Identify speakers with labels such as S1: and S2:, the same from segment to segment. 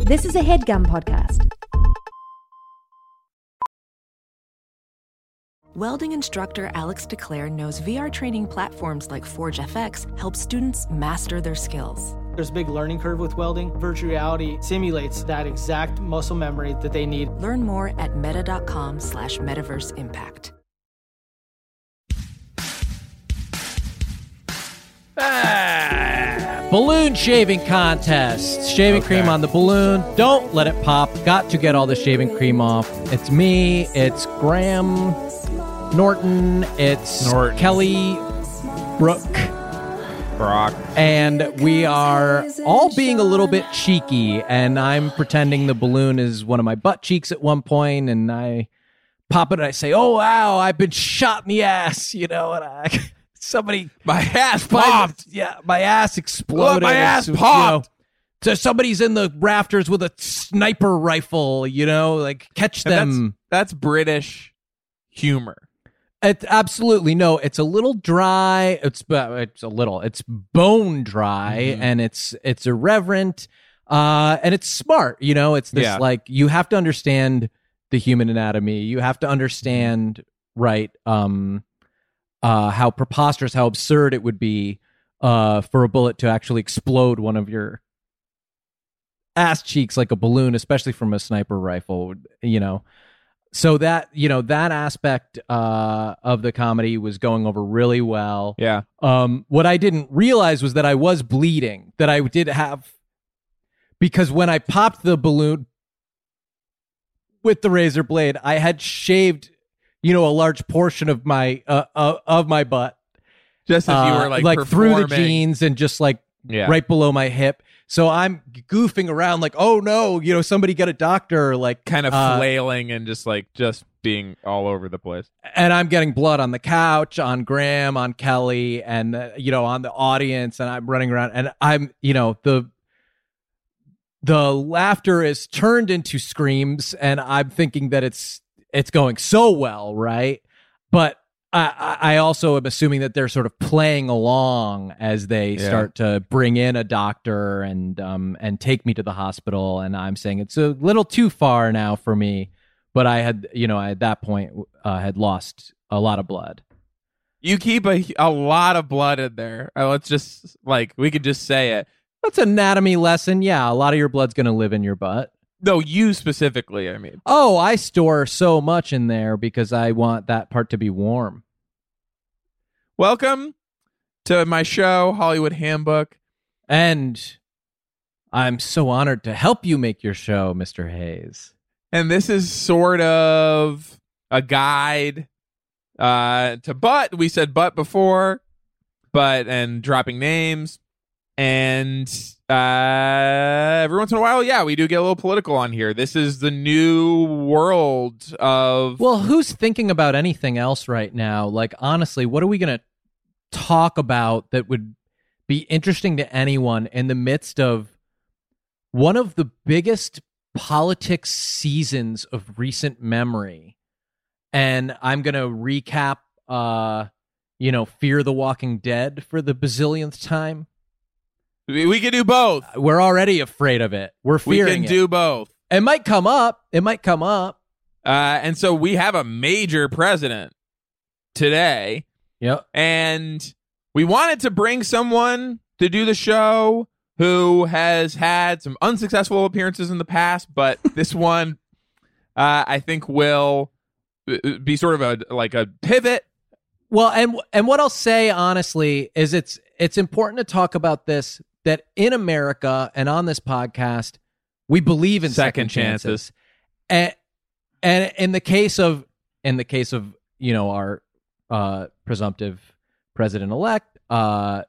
S1: This is a headgum podcast.
S2: Welding instructor Alex DeClaire knows VR training platforms like Forge FX help students master their skills.
S3: There's a big learning curve with welding. Virtual reality simulates that exact muscle memory that they need.
S2: Learn more at meta.com slash metaverse impact.
S4: Ah, balloon shaving contest. Shaving cream on the balloon. Don't let it pop. Got to get all the shaving cream off. It's me. It's Graham Norton. It's
S5: Norton.
S4: Kelly Brooke.
S5: Brock.
S4: And we are all being a little bit cheeky. And I'm pretending the balloon is one of my butt cheeks at one point, And I pop it and I say, oh, wow, I've been shot in the ass, you know, and I. Somebody
S5: My ass
S4: my-
S5: popped.
S4: yeah, my ass exploded.
S5: my
S4: It's,
S5: ass
S4: you know,
S5: popped.
S4: so somebody's in the rafters with a sniper rifle. You know, like catch
S5: And
S4: them.
S5: That's British humor.
S4: It, absolutely no. It's a little dry. It's uh, it's a little. It's bone dry,
S5: Mm-hmm.
S4: and it's it's irreverent, uh, and it's smart. You know, it's this
S5: Yeah.
S4: like you have to understand the human anatomy. You have to understand right um uh how preposterous how absurd it would be uh for a bullet to actually explode one of your ass cheeks like a balloon especially from a sniper rifle you know so that you know that aspect uh of the comedy was going over really well
S5: Yeah.
S4: um, what I didn't realize was that I was bleeding, that I did have, because when I popped the balloon with the razor blade, I had shaved, you know, a large portion of my uh, uh, of my butt,
S5: Just as you
S4: uh,
S5: were like,
S4: through the
S5: performing.
S4: jeans and just like
S5: Yeah.
S4: right below my hip. So I'm goofing around like, oh no, you know, somebody get a doctor, like
S5: Kind of
S4: uh,
S5: flailing and just like just being all over the place.
S4: and I'm getting blood on the couch, on Graham, on Kelly, and uh, you know, on the audience, and I'm running around, and I'm, you know, the the laughter is turned into screams, and I'm thinking that it's it's going so well, right? But I, I I also am assuming that they're sort of playing along as they
S5: Yeah.
S4: start to bring in a doctor and um and take me to the hospital, and I'm saying it's a little too far now for me but I had, you know, at that point uh, had lost a lot of blood.
S5: You keep a, a lot of blood in there. Uh, let's just like we could just say it.
S4: That's anatomy lesson. Yeah, a lot of your blood's going to live in your butt.
S5: No, you specifically. I mean,
S4: Oh, I store so much in there because I want that part to be warm.
S5: welcome to my show, Hollywood Handbook.
S4: And I'm so honored to help you make your show, Mr. Hayes.
S5: and this is sort of a guide uh to butt we said butt before but and dropping names and uh every once in a while yeah we do get a little political on here this is the new world of
S4: Well, who's thinking about anything else right now? Like, honestly, what are we going to talk about that would be interesting to anyone in the midst of one of the biggest politics seasons of recent memory? And I'm going to recap, uh, you know, Fear the Walking Dead for the bazillionth time.
S5: we, we can do both
S4: We're already afraid of it. We're
S5: we
S4: fearing
S5: can
S4: it.
S5: do both
S4: it might come up. It might come up.
S5: uh and so we have a major president today
S4: Yep.
S5: and we wanted to bring someone to do the show who has had some unsuccessful appearances in the past, but this one uh, I think will uh, be sort of a like a pivot.
S4: Well, and and what I'll say honestly is it's it's important to talk about this that in America and on this podcast we believe in second,
S5: Second chances.
S4: And and in the case of in the case of, you know, our uh presumptive president elect, uh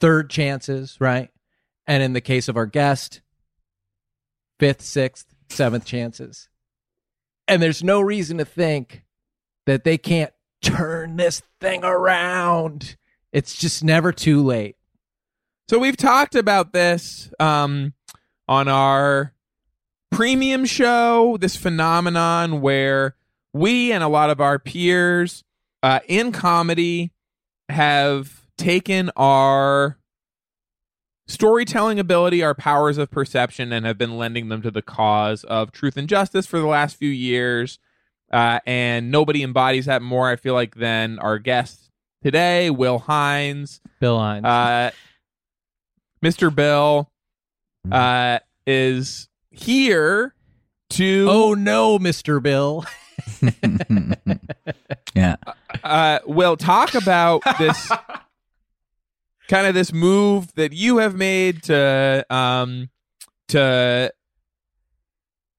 S4: third chances, right? And in the case of our guest, fifth, sixth, seventh chances. And there's no reason to think that they can't turn this thing around. It's just never too late.
S5: So we've talked about this um, on our premium show, this phenomenon where we and a lot of our peers uh, in comedy have taken our Storytelling ability are powers of perception and have been lending them to the cause of truth and justice for the last few years. Uh, and nobody embodies that more, I feel like, than our guest today, Will Hines.
S4: Bill Hines.
S5: Uh, Mr. Bill uh, is here to.
S4: oh no, Mr. Bill.
S6: yeah.
S5: uh, will talk about this kind of this move that you have made to um to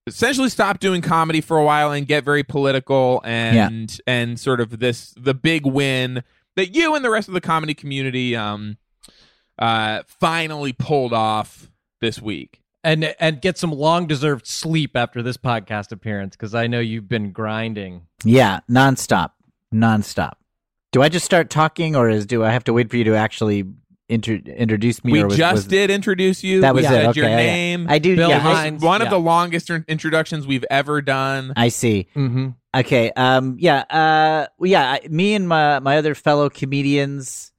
S5: essentially stop doing comedy for a while and get very political and and sort of this the big win that you and the rest of the comedy community um uh finally pulled off this week
S4: and and get some long deserved sleep after this podcast appearance because I know you've been grinding.
S6: Yeah. Nonstop. Nonstop. Do I just start talking or is do I have to wait for you to actually inter- introduce me?
S5: we
S6: or was-
S5: just
S6: was-
S5: did introduce you
S6: That was
S5: we
S6: it.
S5: said
S6: okay.
S5: your
S6: yeah, yeah.
S5: name
S6: I do.
S4: Bill
S6: yeah, I-
S4: Hines.
S5: one of
S4: Yeah.
S5: the longest in- introductions we've ever done
S6: I see.
S4: Mm-hmm.
S6: Okay. Um. Yeah. Uh. well, Yeah. I, me and my my other fellow comedians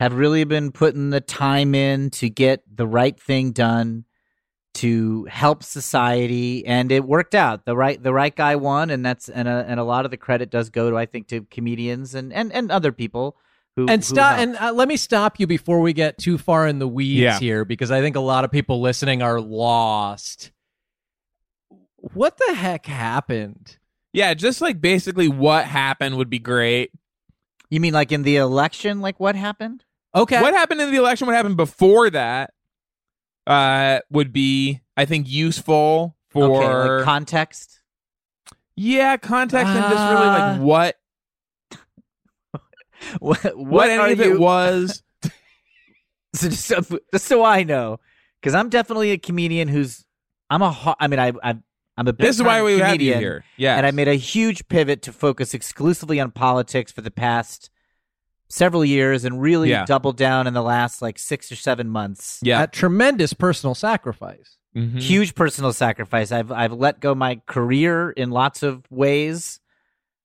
S6: have really been putting the time in to get the right thing done to help society, and it worked out. The right the right guy won, and that's and a, and a lot of the credit does go to I think to comedians and and and other people who
S4: And
S6: who
S4: stop.
S6: helped.
S4: And uh, let me stop you before we get too far in the weeds
S5: Yeah.
S4: here, because I think a lot of people listening are lost. What the heck happened?
S5: Yeah, just like basically what happened would be great.
S6: you mean like in the election, like what happened?
S4: Okay.
S5: What happened in the election, what happened before that uh would be I think useful for
S6: okay, like context.
S5: Yeah, context and just really
S4: Uh,
S5: like what
S6: What, what,
S5: what,
S6: are
S5: any of
S6: you,
S5: it was.
S6: so just so, just so I know, because I'm definitely a comedian who's I'm a ho- I mean I I'm, I'm a big
S5: this is why we
S6: comedian,
S5: have you here. Yeah.
S6: and I made a huge pivot to focus exclusively on politics for the past several years and really
S5: Yeah.
S6: doubled down in the last like six or seven months.
S5: Yeah.
S4: A tremendous personal sacrifice.
S5: Mhm.
S6: Huge personal sacrifice. I've I've let go my career in lots of ways.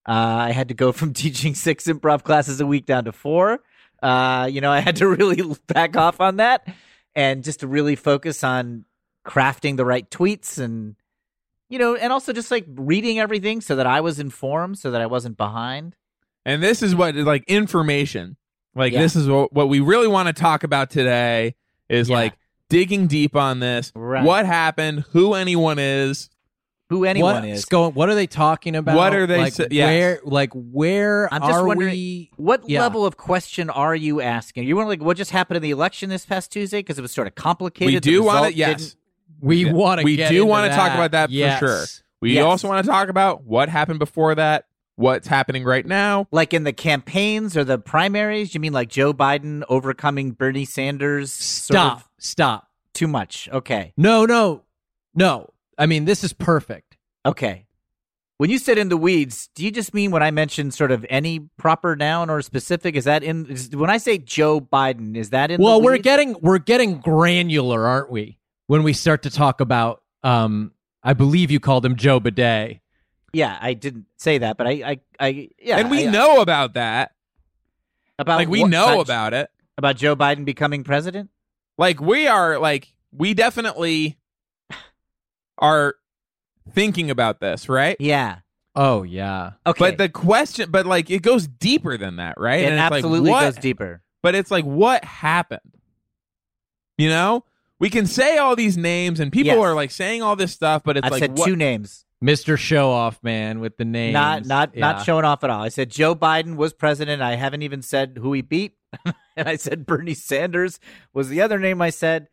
S6: Uh, I had to go from teaching six improv classes a week down to four. Uh, you know, I had to really back off on that and just to really focus on crafting the right tweets and you know, and also just like reading everything so that I was informed, so that I wasn't behind.
S5: And this is what like information. Like
S6: Yeah.
S5: this is what, what we really want to talk about today is
S6: Yeah.
S5: like digging deep on this.
S6: Right.
S5: What happened, who anyone is.
S6: Who
S4: What's
S6: anyone is.
S4: going? What are they talking about?
S5: What are they
S4: Like,
S5: sa- yes.
S4: Where? Like where
S6: I'm just
S4: are
S6: wondering-
S4: we?
S6: What
S4: Yeah.
S6: level of question are you asking? You want like what just happened in the election this past Tuesday because it was sort of complicated.
S5: we
S6: The
S5: do want
S6: result
S5: to yes.
S6: didn't-
S4: We
S5: Yeah.
S4: want to.
S5: We do
S4: want
S5: wanna
S4: to
S5: talk about that for sure. We
S6: Yes.
S5: also want to talk about what happened before that, what's happening right now.
S6: like in the campaigns or the primaries? You mean like Joe Biden overcoming Bernie Sanders? sort
S4: Stop.
S6: of
S4: Stop.
S6: too much. Okay.
S4: No. No. No. I mean, this is perfect.
S6: Okay. When you said in the weeds, do you just mean when I mentioned sort of any proper noun or specific? Is that in is, when I say Joe Biden? Is that in?
S4: Well,
S6: the
S4: we're
S6: weeds?
S4: getting we're getting granular, aren't we? When we start to talk about, um, I believe you called him Joe Bidet.
S6: Yeah, I didn't say that, but I, I, I yeah,
S5: and we
S6: I- uh,
S5: know about that.
S6: about
S5: like we
S6: what-
S5: know about it.
S6: about Joe Biden becoming president.
S5: Like we are like we definitely are thinking about this, right?
S6: Yeah.
S4: Oh yeah.
S6: Okay.
S5: But the question but like it goes deeper than that, right?
S6: it
S5: and it's
S6: absolutely
S5: like, what,
S6: goes deeper.
S5: But it's like what happened? You know? We can say all these names and people
S6: Yes.
S5: are like saying all this stuff, but it's
S6: I've
S5: like
S6: said
S5: what,
S6: two names.
S4: Mr. Show Off Man with the name.
S6: Not not
S4: Yeah.
S6: not showing off at all. I said Joe Biden was president. I haven't even said who he beat. and I said Bernie Sanders was the other name I said.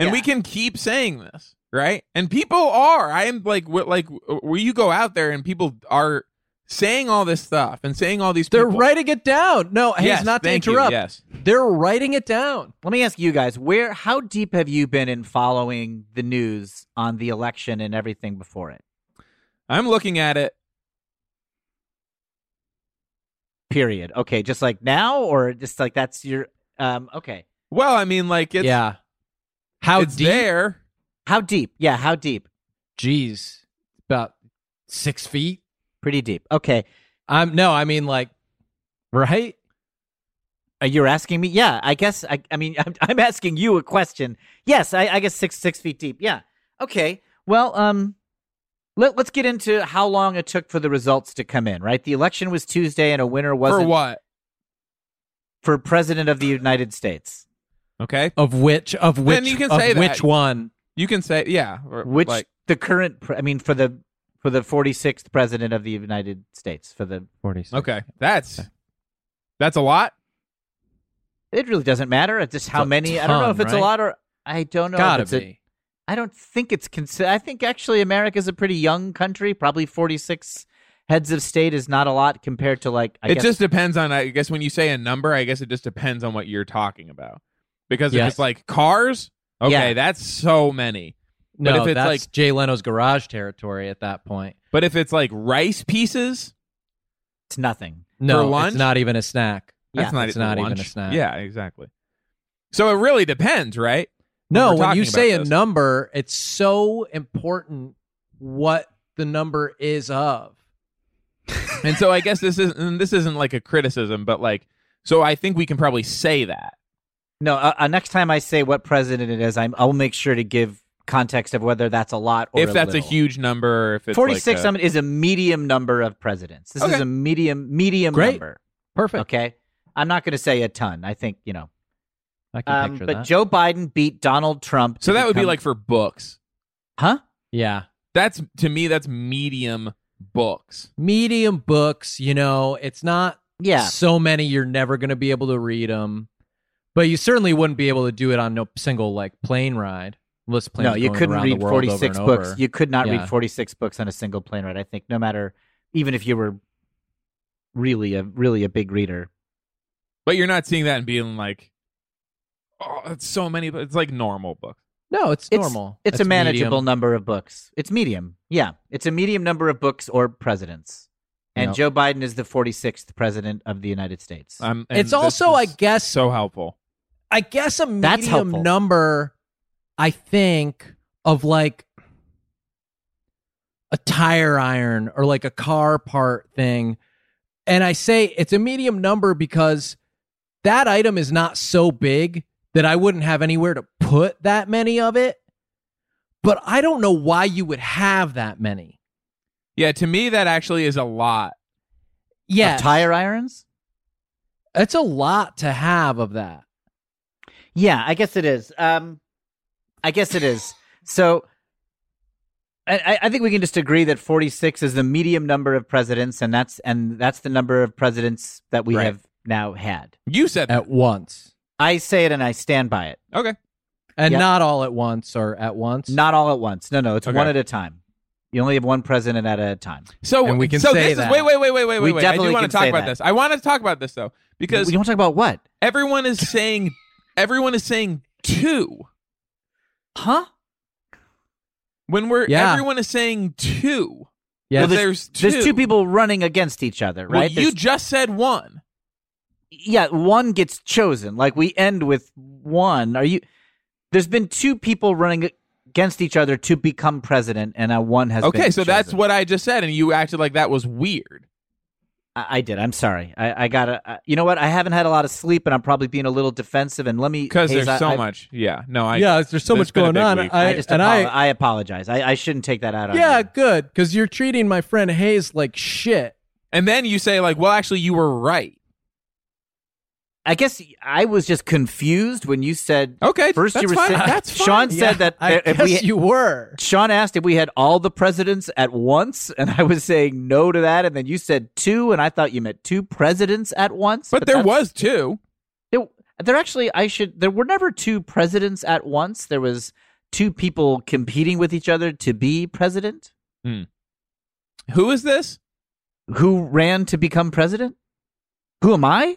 S5: and we
S6: Yeah.
S5: can keep saying this right and people are i am like what like where you go out there and people are saying all this stuff and saying all these
S4: They're
S5: people.
S4: writing it down. No, hey,
S5: yes,
S4: not to
S5: thank you,
S4: interrupt.
S5: yes
S4: They're writing it down.
S6: Let me ask you guys, where how deep have you been in following the news on the election and everything before it?
S5: i'm looking at it
S6: Period. Okay, just like now or just like that's your um okay.
S5: well i mean like it's
S4: yeah. How
S5: it's
S4: deep?
S5: there
S6: How deep? Yeah, how deep?
S4: Jeez, about six feet.
S6: Pretty deep. Okay.
S4: I'm no, I mean like, right?
S6: Are you Uh, asking me? Yeah, I guess. I, I mean, I'm, I'm asking you a question. Yes, I, I guess six six feet deep. Yeah. Okay. Well, um, let, let's get into how long it took for the results to come in. Right. The election was Tuesday, and a winner
S5: For
S6: wasn't
S5: what?
S6: for president of the United States.
S5: Okay.
S4: Of which of which
S5: you can
S4: of
S5: say that.
S4: which one?
S5: You can say yeah. or,
S6: Which
S5: like,
S6: the current, pre- I mean, for the for the forty sixth president of the United States. For the
S4: Forty six.
S5: okay. That's that's a lot.
S6: it really doesn't matter. It's just how
S4: a
S6: many. I don't know
S4: ton,
S6: if it's
S4: right?
S6: a lot or I don't know. if
S4: Gotta
S6: it's a-
S4: be.
S6: I don't think it's consider. I think actually America's a pretty young country. Probably forty six heads of state is not a lot compared to like. I
S5: it
S6: guess,
S5: just depends on. I guess when you say a number, I guess it just depends on what you're talking about. Because if
S4: Yes.
S5: it's like cars, okay,
S6: Yeah.
S5: that's so many.
S4: No,
S5: But if it's
S4: that's
S5: like-
S4: Jay Leno's garage territory at that point.
S5: But if it's like rice pieces,
S6: it's nothing.
S4: No,
S5: For lunch?
S4: it's not even a snack.
S5: that's
S6: Yeah.
S5: not,
S4: It's not even
S5: lunch.
S4: a snack.
S5: Yeah, exactly. So it really depends, right?
S4: No,
S5: we're
S4: when you
S5: talking
S4: say a
S5: about this.
S4: number, it's so important what the number is of.
S5: and so I guess this isn't and this isn't like a criticism, but like so I think we can probably say that.
S6: No, uh, uh, next time I say what president it is, I'm I'll make sure to give context of whether that's a lot or
S5: if that's a huge number, if it's
S6: Forty six
S5: like a-
S6: is a medium number of presidents. This is
S5: Okay.
S6: a medium medium
S4: Great.
S6: number.
S4: Perfect.
S6: Okay, I'm not going to say a ton. I think you know.
S4: I can
S6: Um,
S4: picture
S6: but
S4: that.
S6: Joe Biden beat Donald Trump. to
S5: so that would be
S6: become-
S5: like for books.
S6: huh?
S4: yeah.
S5: That's to me that's medium books.
S4: Medium books, you know, it's not
S6: Yeah,
S4: so many you're never going to be able to read them. But you certainly wouldn't be able to do it on no single like plane ride. Less planes
S6: no, you
S4: going
S6: couldn't
S4: around the
S6: read
S4: world over
S6: 46
S4: and
S6: books.
S4: over.
S6: You could not
S4: Yeah.
S6: read 46 books on a single plane ride. I think no matter even if you were really a really a big reader.
S5: But you're not seeing that and being like oh, that's so many but it's like normal books.
S4: no, it's,
S6: It's-
S4: normal.
S6: It's
S4: That's
S6: a manageable
S4: medium.
S6: number of books. It's medium. Yeah, it's a medium number of books or presidents. And
S4: Yep.
S6: Joe Biden is the 46th president of the United States.
S5: Um, and
S4: It's
S5: this
S4: also, I
S5: is
S4: guess,
S5: so helpful.
S4: I guess a medium
S6: That's helpful.
S4: number, I think, of like a tire iron or like a car part thing. And I say it's a medium number because that item is not so big that I wouldn't have anywhere to put that many of it. But I don't know why you would have that many.
S5: Yeah, to me that actually is a lot.
S4: Yeah.
S6: Of tire irons?
S4: it's a lot to have of that.
S6: Yeah, I guess it is. Um, I guess it is. So, I- I, I think we can just agree that forty-six is the medium number of presidents, and that's and that's the number of presidents that we
S5: Right.
S6: have now had.
S5: You said that.
S4: At once.
S6: I say it, and I stand by it.
S5: Okay.
S4: And
S6: Yeah.
S4: not all at once or at once.
S6: Not all at once. No, no, it's
S5: Okay.
S6: one at a time. You only have one president at a time.
S5: So
S4: And we can
S5: so
S4: say
S5: this is
S4: that.
S5: wait wait wait wait wait
S6: We
S5: wait. I do
S6: definitely
S5: want
S6: can
S5: to talk
S6: say
S5: about
S6: that.
S5: this. I want to talk about this though because
S6: we don't talk about what,
S5: everyone is saying everyone is saying two
S6: huh?
S5: when we're
S4: Yeah.
S5: everyone is saying two
S4: Yes.
S5: well, there's two
S6: There's two people running against each other,
S5: Well,
S6: right?
S5: you
S6: There's-
S5: just said one
S6: yeah, one gets chosen. Like we end with one. Are you? There's been two people running against each other to become president, and uh, one has.
S5: okay
S6: been
S5: so that's
S6: chosen.
S5: what i just said and you acted like that was weird
S6: I, I did. I'm sorry. I, I gotta. Uh, you know what? I haven't had a lot of sleep, and I'm probably being a little defensive. And let me
S5: because
S6: Hayes,
S5: there's
S6: I-
S5: so
S6: I-
S5: much yeah no i
S4: yeah, there's so
S5: There's
S4: much
S5: been a
S4: going
S5: big
S4: on.
S5: week.
S4: I,
S6: I just
S4: and
S6: apo-
S4: I,
S6: I, apologize. I, I shouldn't take that out on
S4: yeah,
S6: you.
S4: good, because you're treating my friend Hayes like shit.
S5: and then you say like well actually you were right
S6: I guess I was just confused when you said
S5: okay
S6: First
S5: that's
S6: you were
S5: fine.
S6: saying-
S5: that's fine.
S6: Sean said that
S4: I
S6: if
S4: guess
S6: we-
S4: you were.
S6: Sean asked if we had all the presidents at once, and I was saying no to that. And then you said two, and I thought you meant two presidents at once.
S5: but, there
S6: that's-
S5: was two
S6: there, there actually I should there were never two presidents at once. There was two people competing with each other to be president.
S5: who is this
S6: Who ran to become president? Who am I?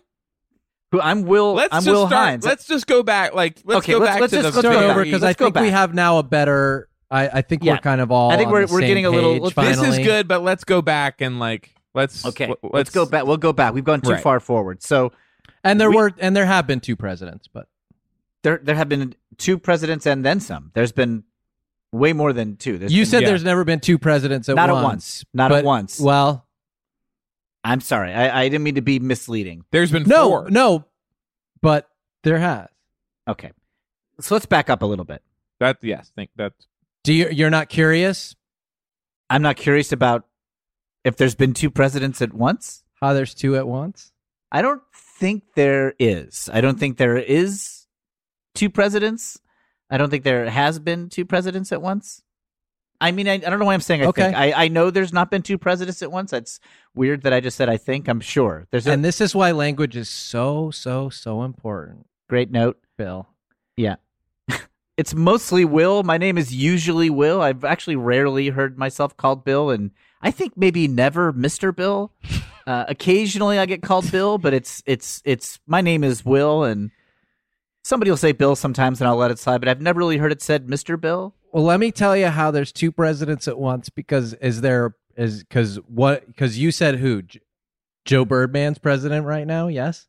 S6: Who I'm Will.
S5: let's
S6: I'm
S5: just
S6: Will
S5: start
S6: Hines.
S5: let's just go back like let's
S6: Okay,
S5: go
S6: let's-
S5: back
S6: let's
S5: to
S6: just
S5: the
S6: go
S4: Start
S6: back.
S4: over because I
S6: Let's go
S4: think we
S6: back.
S4: have now a better. I, I think
S6: Yeah.
S4: we're kind of all.
S6: I think
S4: on
S6: we're-
S4: the
S6: we're
S4: same
S6: getting a little-
S4: page
S6: let's-
S5: this
S4: finally.
S5: is good but let's go back and like let's
S6: okay,
S5: let's,
S6: let's, go back. We'll go back. We've gone too
S5: Right.
S6: far forward. So
S4: And there
S6: We-
S4: were and there have been two presidents, but
S6: there there have been two presidents and then some. There's been way more than two. There's
S4: you
S6: been-
S4: said
S5: yeah.
S4: there's never been two presidents at
S6: Not at
S4: once.
S6: once. Not at
S4: But-
S6: once.
S4: Well,
S6: I'm sorry. I, I didn't mean to be misleading.
S5: there's been
S4: no,
S5: four
S4: no, but there has.
S6: Okay. So let's back up a little bit.
S5: That yes, think that's
S4: Do you? You're not curious
S6: I'm not curious about if there's been two presidents at once.
S4: how there's two at once?
S6: I don't think there is. I don't think there is two presidents. I don't think there has been two presidents at once. I mean, I, I don't know why I'm saying I
S4: Okay.
S6: think. I, I know there's not been two presidents at once. That's weird that I just said I think. I'm sure. There's a
S4: And this is why language is so so so important,
S6: great note.
S4: Bill.
S6: It's mostly Will. My name is usually Will. I've actually rarely heard myself called Bill, and I think maybe never Mister Bill. Uh, occasionally, I get called Bill, but it's it's it's my name is Will, and somebody will say Bill sometimes, and I'll let it slide. But I've never really heard it said Mister Bill.
S4: Well, let me tell you how there's two presidents at once because is there is because what because you said who J- Joe Birdman's president right now? Yes,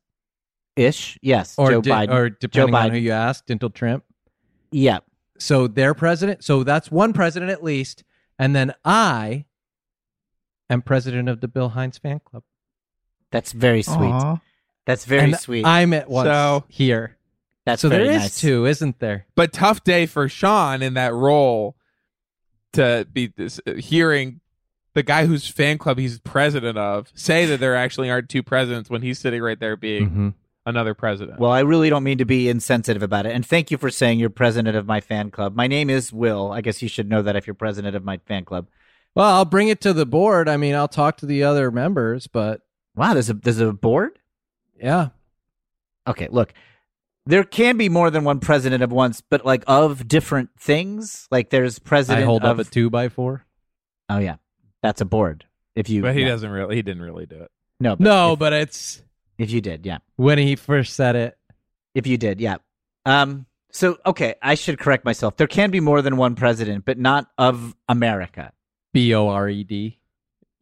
S6: Ish, yes.
S4: or
S6: Joe
S4: di-
S6: Biden.
S4: or depending on
S6: Biden.
S4: who you ask, Dintel Trimp.
S6: yeah,
S4: So their president. So that's one president at least, and then I am president of the Bill Hines fan club.
S6: that's very sweet. That's very
S4: And
S6: sweet.
S4: I'm at once
S5: So-
S4: here.
S6: that's
S4: so there
S6: very
S4: is
S6: nice.
S4: two, isn't there?
S5: But tough day for Sean in that role to be this, uh, hearing the guy whose fan club he's president of say that there actually aren't two presidents when he's sitting right there being
S6: Mm-hmm.
S5: another president.
S6: Well, I really don't mean to be insensitive about it. And thank you for saying you're president of my fan club. My name is Will. I guess you should know that if you're president of my fan club.
S4: Well, I'll bring it to the board. I mean, I'll talk to the other members, but
S6: Wow, there's a there's a board?
S4: yeah,
S6: Okay, look. There can be more than one president of once, but like of different things. Like there's
S4: I
S6: president
S4: hold
S6: of
S4: up a two by four.
S6: Oh yeah. That's a board. If you
S5: but he
S6: yeah.
S5: doesn't really. He didn't really do it.
S6: No, but
S4: No, but it's
S6: if you did, yeah.
S4: when he first said it.
S6: If you did, yeah. Um so okay, I should correct myself. There can be more than one president, but not of America.
S4: B O R E D.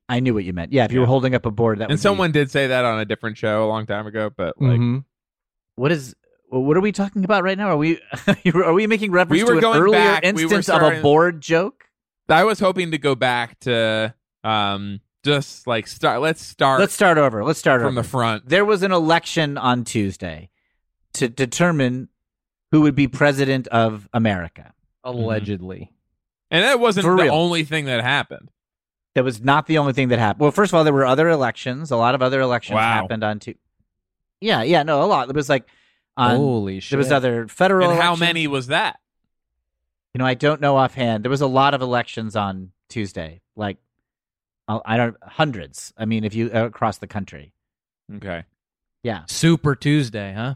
S6: I knew what you meant. Yeah, if you were
S5: Yeah.
S6: holding up a board that would
S5: And
S6: be- Mm-hmm.
S5: someone did say that on a different show a long time ago. But like
S7: Mm-hmm.
S4: Mhm.
S6: what is what are we talking about right now? Are we are we making
S5: We
S6: reference
S5: were
S6: to an
S5: going
S6: earlier
S5: back. We were
S6: instance of
S5: starting-
S6: a board joke?
S5: I was hoping to go back to um just like start. Let's start.
S6: Let's start over. Let's start
S5: from
S6: over.
S5: the front.
S6: there was an election on Tuesday to determine who would be president of America.
S4: Allegedly.
S5: And that wasn't
S6: For
S5: the
S6: real.
S5: only thing that happened.
S6: That was not the only thing that happened. Well, first of all, there were other elections. A lot of other elections
S5: Wow.
S6: happened on Tuesday. Yeah, yeah, no, a lot. There was like on,
S4: Holy shit.
S6: there was other federal.
S5: and how
S6: elections.
S5: many was that?
S6: You know, I don't know offhand. There was a lot of elections on Tuesday. Like, I I don't hundreds. I mean, if you uh, across the country.
S5: Okay.
S6: Yeah,
S4: Super Tuesday, huh?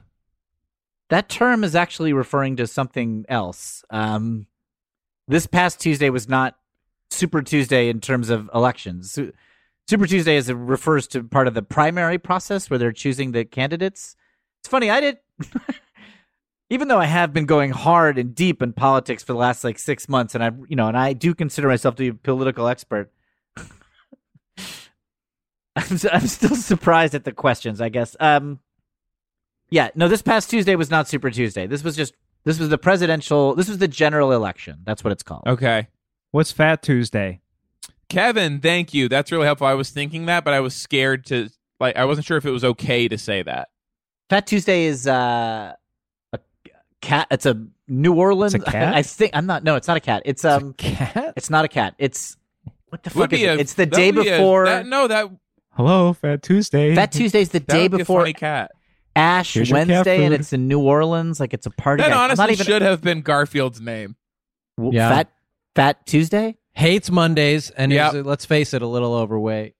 S6: that term is actually referring to something else. Um, this past Tuesday was not Super Tuesday in terms of elections. Su- Super Tuesday is refers to part of the primary process where they're choosing the candidates. It's funny, I did. Even though I have been going hard and deep in politics for the last like six months, and I, you know, and I do consider myself to be a political expert, I'm, s- I'm still surprised at the questions. I guess. Um, yeah, no, this past Tuesday was not Super Tuesday. This was just this was the presidential this was the general election. That's what it's called.
S5: Okay.
S7: What's Fat Tuesday?
S5: Kevin, thank you. That's really helpful. I was thinking that, but I was scared to like I wasn't sure if it was okay to say that.
S6: Fat Tuesday is uh a cat it's a New Orleans
S7: It's a cat?
S6: I, I think I'm not no, it's not a cat. It's um
S4: Cat?
S6: it's not a cat. It's what the
S5: Would
S6: fuck
S5: be
S6: is it?
S5: a-
S6: It's the
S5: that
S6: day
S5: would be a-
S6: before
S5: that- no, that
S7: Hello, Fat Tuesday.
S6: Fat Tuesday's the
S5: that
S6: day
S5: would be a
S6: before
S5: funny cat.
S6: Ash
S7: Here's your cat
S6: Wednesday and
S7: food.
S6: it's in New Orleans like it's a party.
S5: That
S6: I- I'm
S5: honestly
S6: not even,
S5: should have been Garfield's name.
S6: w-
S4: Yeah.
S6: Fat Fat Tuesday?
S4: Hates Mondays and
S5: Yep.
S4: is, let's face it, a little overweight.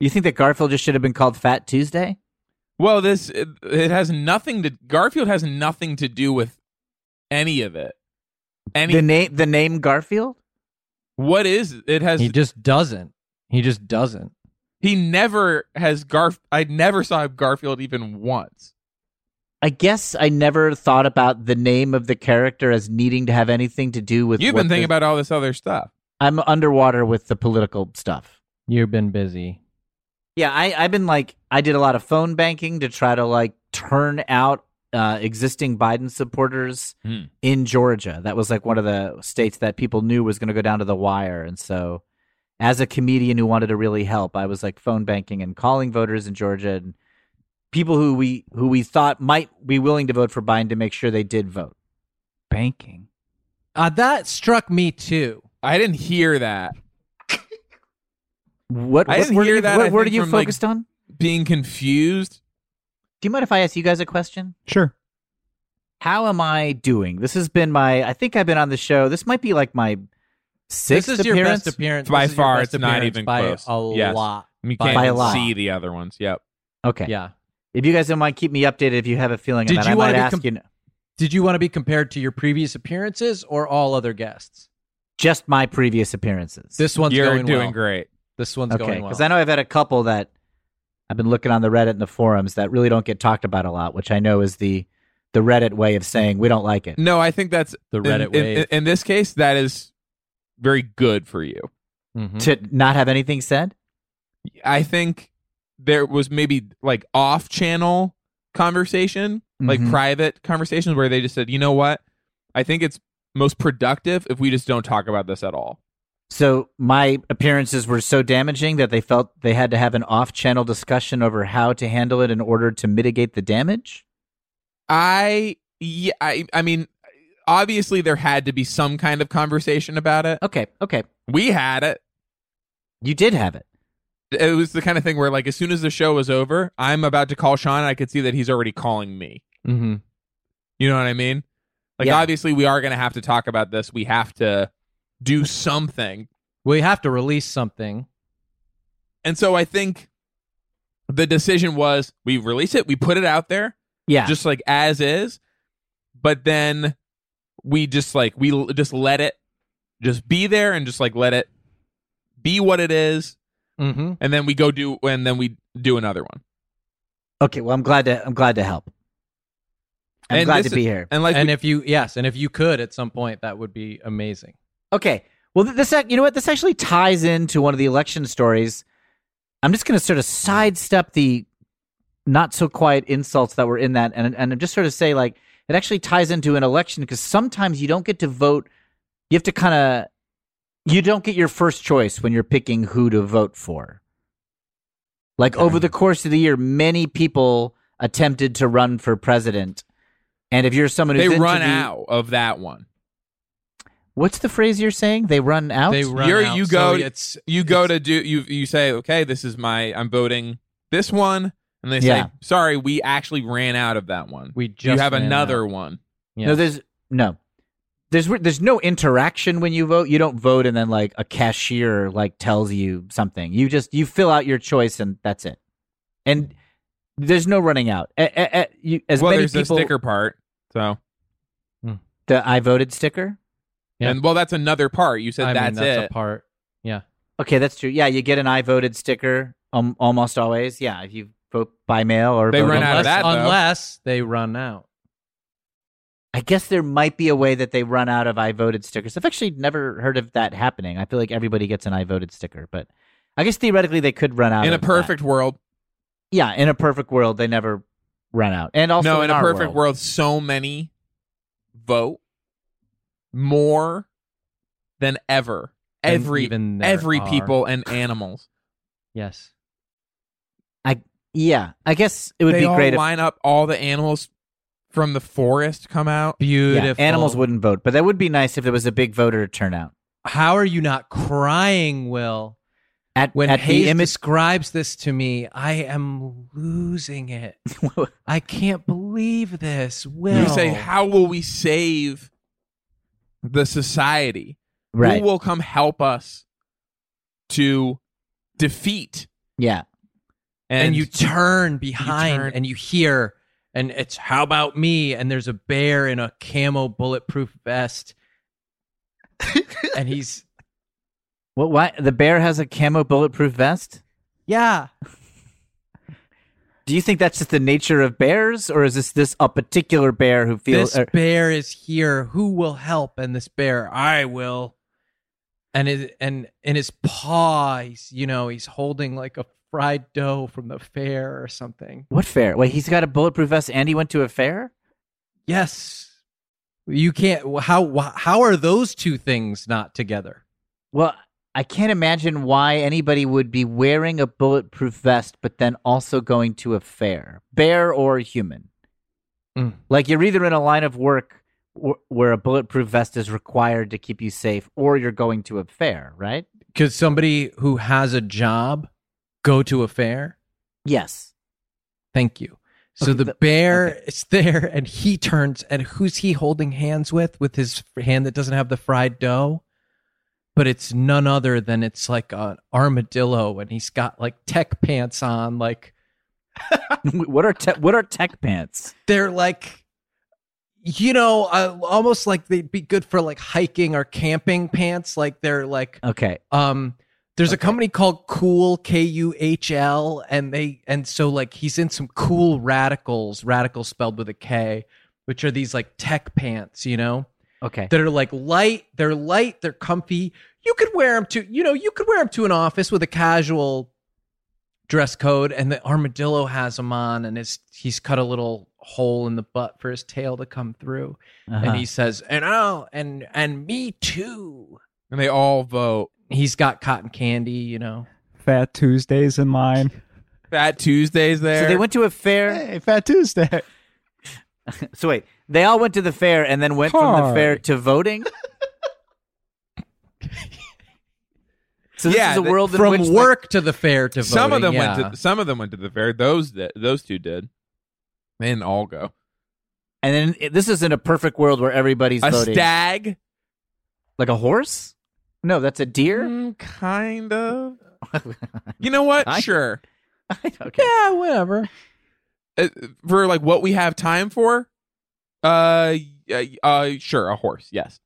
S6: You think that Garfield just should have been called Fat Tuesday?
S5: Well, this it, it has nothing to Garfield has nothing to do with any of it. Any
S6: the name the name Garfield?
S5: what is it has
S4: He
S5: he,
S4: just doesn't. He just doesn't.
S5: never has Garf I never saw Garfield even once.
S6: I guess I never thought about the name of the character as needing to have anything to do with.
S5: You've
S6: what
S5: been thinking
S6: the-
S5: about all this other stuff.
S6: I'm underwater with the political stuff.
S4: You've been busy.
S6: Yeah, I, I've been like, I did a lot of phone banking to try to like turn out uh, existing Biden supporters
S5: Hmm.
S6: in Georgia. That was like one of the states that people knew was going to go down to the wire. And so, as a comedian who wanted to really help, I was like phone banking and calling voters in Georgia and people who we who we thought might be willing to vote for Biden to make sure they did vote.
S7: Banking.
S4: Uh, that struck me too.
S5: I didn't hear that.
S6: What
S5: I
S6: what
S5: didn't
S6: word,
S5: hear
S6: are you,
S5: that, I
S6: what word are
S5: think,
S6: you
S5: from, like-
S6: focused on?
S5: Being confused.
S6: Do you mind if I ask you guys a question?
S7: Sure.
S6: How am I doing? This has been my I think I've been on the show. This might be like my sixth
S4: this is your
S6: appearance.
S4: best appearance
S5: By
S4: this is your
S5: far,
S4: best
S5: it's not
S4: appearance
S5: even
S4: by
S5: close.
S4: A
S5: Yes.
S4: lot.
S5: You
S4: By-
S5: can't
S6: By a
S5: even
S6: lot.
S5: see the other ones. Yep.
S6: Okay.
S4: Yeah.
S6: If you guys don't mind, keep me updated if you have a feeling
S4: Did
S6: about it.
S4: you
S6: I
S4: wanna
S6: might
S4: be
S6: ask
S4: com-
S6: you
S4: Did you want to be compared to your previous appearances or all other guests?
S6: just my previous appearances.
S4: This one's
S5: You're
S4: going
S5: doing
S4: well.
S5: great.
S4: This one's
S6: okay,
S4: going well.
S6: because I know I've had a couple that I've been looking on the Reddit and the forums that really don't get talked about a lot, which I know is the the Reddit way of saying we don't like
S4: Mm-hmm.
S6: it.
S5: No, I think that's
S4: the
S5: in-
S4: Reddit
S5: in,
S4: wave.
S5: In, in this case, that is very good for you.
S4: Mhm.
S6: to not have anything said.
S5: I think there was maybe like off channel conversation, like
S6: Mhm.
S5: private conversations where they just said, you know what? I think it's most productive if we just don't talk about this at all.
S6: So my appearances were so damaging that they felt they had to have an off-channel discussion over how to handle it in order to mitigate the damage.
S5: I, yeah, I, I mean, obviously there had to be some kind of conversation about it.
S6: Okay, okay,
S5: We had it.
S6: you did have it.
S5: It was the kind of thing where, like, as soon as the show was over, I'm about to call Sean, and I could see that he's already calling me.
S6: Mm-hmm.
S4: Mhm.
S5: You know what I mean? Like,
S6: Yeah.
S5: obviously, we are going to have to talk about this. We have to do something
S4: We have to release something.
S5: And so I think the decision was we release it, we put it out there
S6: Yeah,
S5: just like as is, but then we just like we l- just let it just be there and just like let it be what it is
S4: Mm-hmm.
S5: and then we go do and then we do another one.
S6: okay. Well, I'm glad to I'm glad to help. I'm
S5: And
S6: glad
S5: this
S6: to be
S5: is-
S6: here.
S5: And like
S4: and
S5: we-
S4: if you yes, and if you could at some point, that would be amazing.
S6: Okay. Well, th- this ac- you know what this actually ties into one of the election stories. I'm just going to sort of sidestep the not so quiet insults that were in that, and and just sort of say like it actually ties into an election because sometimes you don't get to vote. You have to kind of you don't get your first choice when you're picking who to vote for. Like over the course of the year, many people attempted to run for president, and if you're someone who's
S5: they
S6: into
S5: run
S6: the-
S5: out of that one.
S6: what's the phrase you're saying? They run out.
S4: They run
S5: You're-
S4: out,
S5: you
S4: so
S5: go-
S4: it's
S5: You go
S4: it's-
S5: to do you you say okay, this is my I'm voting this one and they
S6: Yeah.
S5: say sorry, we actually ran out of that one.
S4: we
S5: you
S4: just
S5: have
S4: ran
S5: another
S4: out.
S5: one.
S4: Yeah.
S6: No, there's no. There's there's no interaction when you vote. You don't vote and then like a cashier like tells you something. You just you fill out your choice and that's it. And there's no running out. A- a- a- you- as
S5: well,
S6: many
S5: there's
S6: people
S5: the sticker part. So
S6: the I voted sticker.
S4: Yeah.
S5: And well, that's another part. You said
S4: I
S5: that's,
S4: mean, that's
S5: it.
S4: a part.
S6: Okay, that's true. Yeah, you get an I voted sticker um, almost always. Yeah, if you vote by mail or
S5: They
S6: vote
S5: run
S6: on-
S5: out of
S4: unless,
S5: that, though.
S4: unless they run out.
S6: I guess there might be a way that they run out of I voted stickers. I've actually never heard of that happening. I feel like everybody gets an I voted sticker, but I guess theoretically they could run out
S5: In a
S6: of that.
S5: perfect world,
S6: Yeah, in a perfect world, they never run out. And also,
S5: no, in a
S6: our
S5: perfect world. so many vote more than ever.
S4: Than
S5: Every
S4: even there
S5: every
S4: are.
S5: people and animals.
S4: Yes.
S6: yeah, I guess it would
S5: they
S6: be
S5: all
S6: great if
S5: line up. All the animals from the forest come out.
S6: yeah,
S4: Beautiful.
S6: animals wouldn't vote, but that would be nice if there was a big voter turnout.
S4: How are you not crying, Will?
S6: At
S4: When
S6: at
S4: Hayes
S6: the image,
S4: describes this to me, I am losing it. I can't believe this, Will.
S5: You say, how will we save the society?
S6: right?
S5: Who will come help us to defeat?
S6: yeah,
S4: and,
S5: And,
S4: you turn behind
S5: turn-
S4: and you hear and it's how about me and there's a bear in a camo bulletproof vest and he's
S6: what? Why the bear has a camo bulletproof vest?
S4: yeah
S6: Do you think that's just the nature of bears, or is this this a particular bear who feels?
S4: this
S5: er
S6: or-
S4: bear is here who will help and this bear i will and it, and in his paw he's you know he's holding like a fried dough from the fair or something
S6: what fair? Wait, he's got a bulletproof vest, and he went to a fair.
S4: yes you can't how how are those two things not together
S6: Well, I can't imagine why anybody would be wearing a bulletproof vest, but then also going to a fair, bear or human.
S4: Mm.
S6: Like you're either in a line of work wh- where a bulletproof vest is required to keep you safe, or you're going to a fair, right?
S4: Could somebody who has a job go to a fair?
S6: Yes.
S4: Thank you. So
S6: Okay,
S4: the,
S6: the-
S4: bear is there and he turns and who's he holding hands with with his f- hand that doesn't have the fried dough? But it's none other than it's like an armadillo and he's got like tech pants on like
S6: what are te- what are tech pants?
S4: they're like you know uh, almost like they'd be good for like hiking or camping pants like they're like
S6: Okay.
S4: um there's a company called cool k-u-h-l and they and so like he's in some cool radicals radical spelled with a k which are these like tech pants you know
S6: Okay.
S4: that are like light they're light they're comfy you could wear them to you know you could wear them to an office with a casual dress code and the armadillo has them on and his, he's cut a little hole in the butt for his tail to come through
S6: Uh-huh.
S4: and he says and oh and and me too
S5: And they all vote.
S4: he's got cotton candy you know
S7: Fat Tuesday's in mine.
S5: Fat Tuesday's there.
S6: so they went to a fair.
S7: Hey, Fat Tuesday.
S6: So wait, they all went to the fair and then went from the fair
S7: Hi.
S6: to voting. so this
S5: Yeah,
S6: is a
S5: they-
S6: world in which,
S4: from
S6: like-
S4: work to the fair to voting,
S5: some of them
S4: yeah.
S5: went to some of them went to the fair. Those that those two did. They didn't all go.
S6: and then it- this is in a perfect world where everybody's
S5: a
S6: voting.
S5: stag,
S6: like a horse? No, that's a deer.
S5: Mm, kind of. You know what?
S6: I-
S5: sure.
S6: okay.
S4: yeah whatever
S5: Uh, for like what we have time for, uh, uh, uh, sure, a horse. Yes.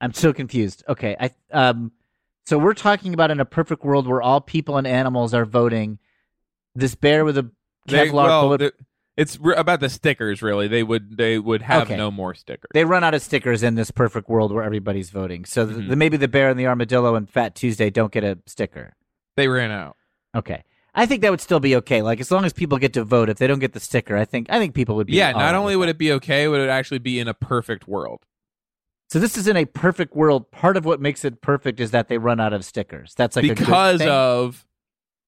S6: I'm so confused. Okay, I um, so we're talking about in a perfect world where all people and animals are voting. This bear with a Kevlar
S5: They- well,
S6: bullet.
S5: the- it's re- about the stickers, really. They would they would have
S6: Okay.
S5: no more stickers.
S6: they run out of stickers in this perfect world where everybody's voting. So th-
S5: Mhm.
S6: the, maybe the bear and the armadillo and Fat Tuesday don't get a sticker.
S5: They ran out.
S6: Okay. I think that would still be okay. Like as long as people get to vote, if they don't get the sticker, I think I think people would be
S5: Yeah.
S6: all right
S5: Not only
S6: with
S5: would
S6: that.
S5: it be okay, would it actually be in a perfect world?
S6: So this is in a perfect world. Part of what makes it perfect is that they run out of stickers. That's like a good
S5: because uh,
S6: thing.
S5: of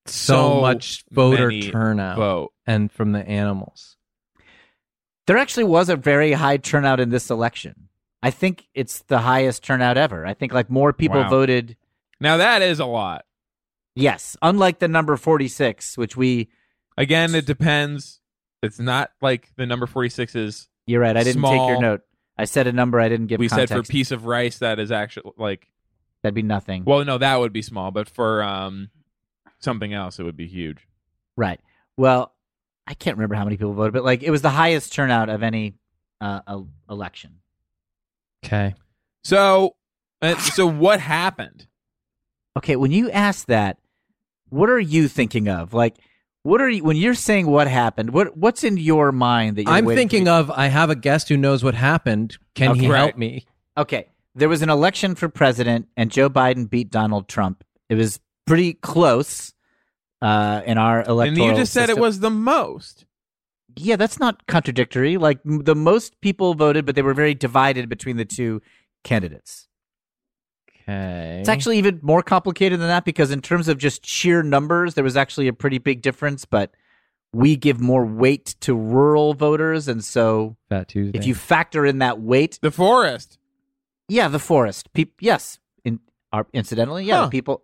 S4: so,
S5: So
S4: much voter
S5: many
S4: turnout
S5: vote.
S4: and from the animals
S6: there actually was a very high turnout in this election. I think it's the highest turnout ever. I think like more people
S5: Wow.
S6: voted
S5: Now that is a lot.
S6: yes, unlike the number 46 which we
S5: Again, it depends. It's not like the number forty six is
S6: you're right, I didn't take your
S5: Small.
S6: note. I said a number I didn't give
S5: we
S6: context.
S5: said for piece of rice that is actually like
S6: That'd be nothing.
S5: well no that would be small but for um something else it would be huge
S6: Right. Well, I can't remember how many people voted, but like it was the highest turnout of any uh, el- election.
S4: okay
S5: so uh, so what happened
S6: Okay, when you ask that, what are you thinking of? Like, what are you when you're saying what happened? What what's in your mind that you're
S4: i'm
S6: waiting to
S4: thinking
S6: be-
S4: of i have a guest who knows what happened can he
S5: Okay.
S4: help
S5: Right.
S4: me
S6: Okay, there was an election for president, and Joe Biden beat Donald Trump. It was pretty close uh, in our electoral.
S5: and you just said it
S6: system.
S5: was the most
S6: Yeah, that's not contradictory. Like m- the most people voted, but they were very divided between the two candidates.
S4: okay
S5: Eh?
S6: It's actually even more complicated than that because, in terms of just sheer numbers, there was actually a pretty big difference. But we give more weight to rural voters, and so
S4: fat tuesday
S6: if you factor in that weight,
S5: the forest
S6: yeah, the forest. Peop yes, in are incidentally, yeah,
S5: Huh.
S6: people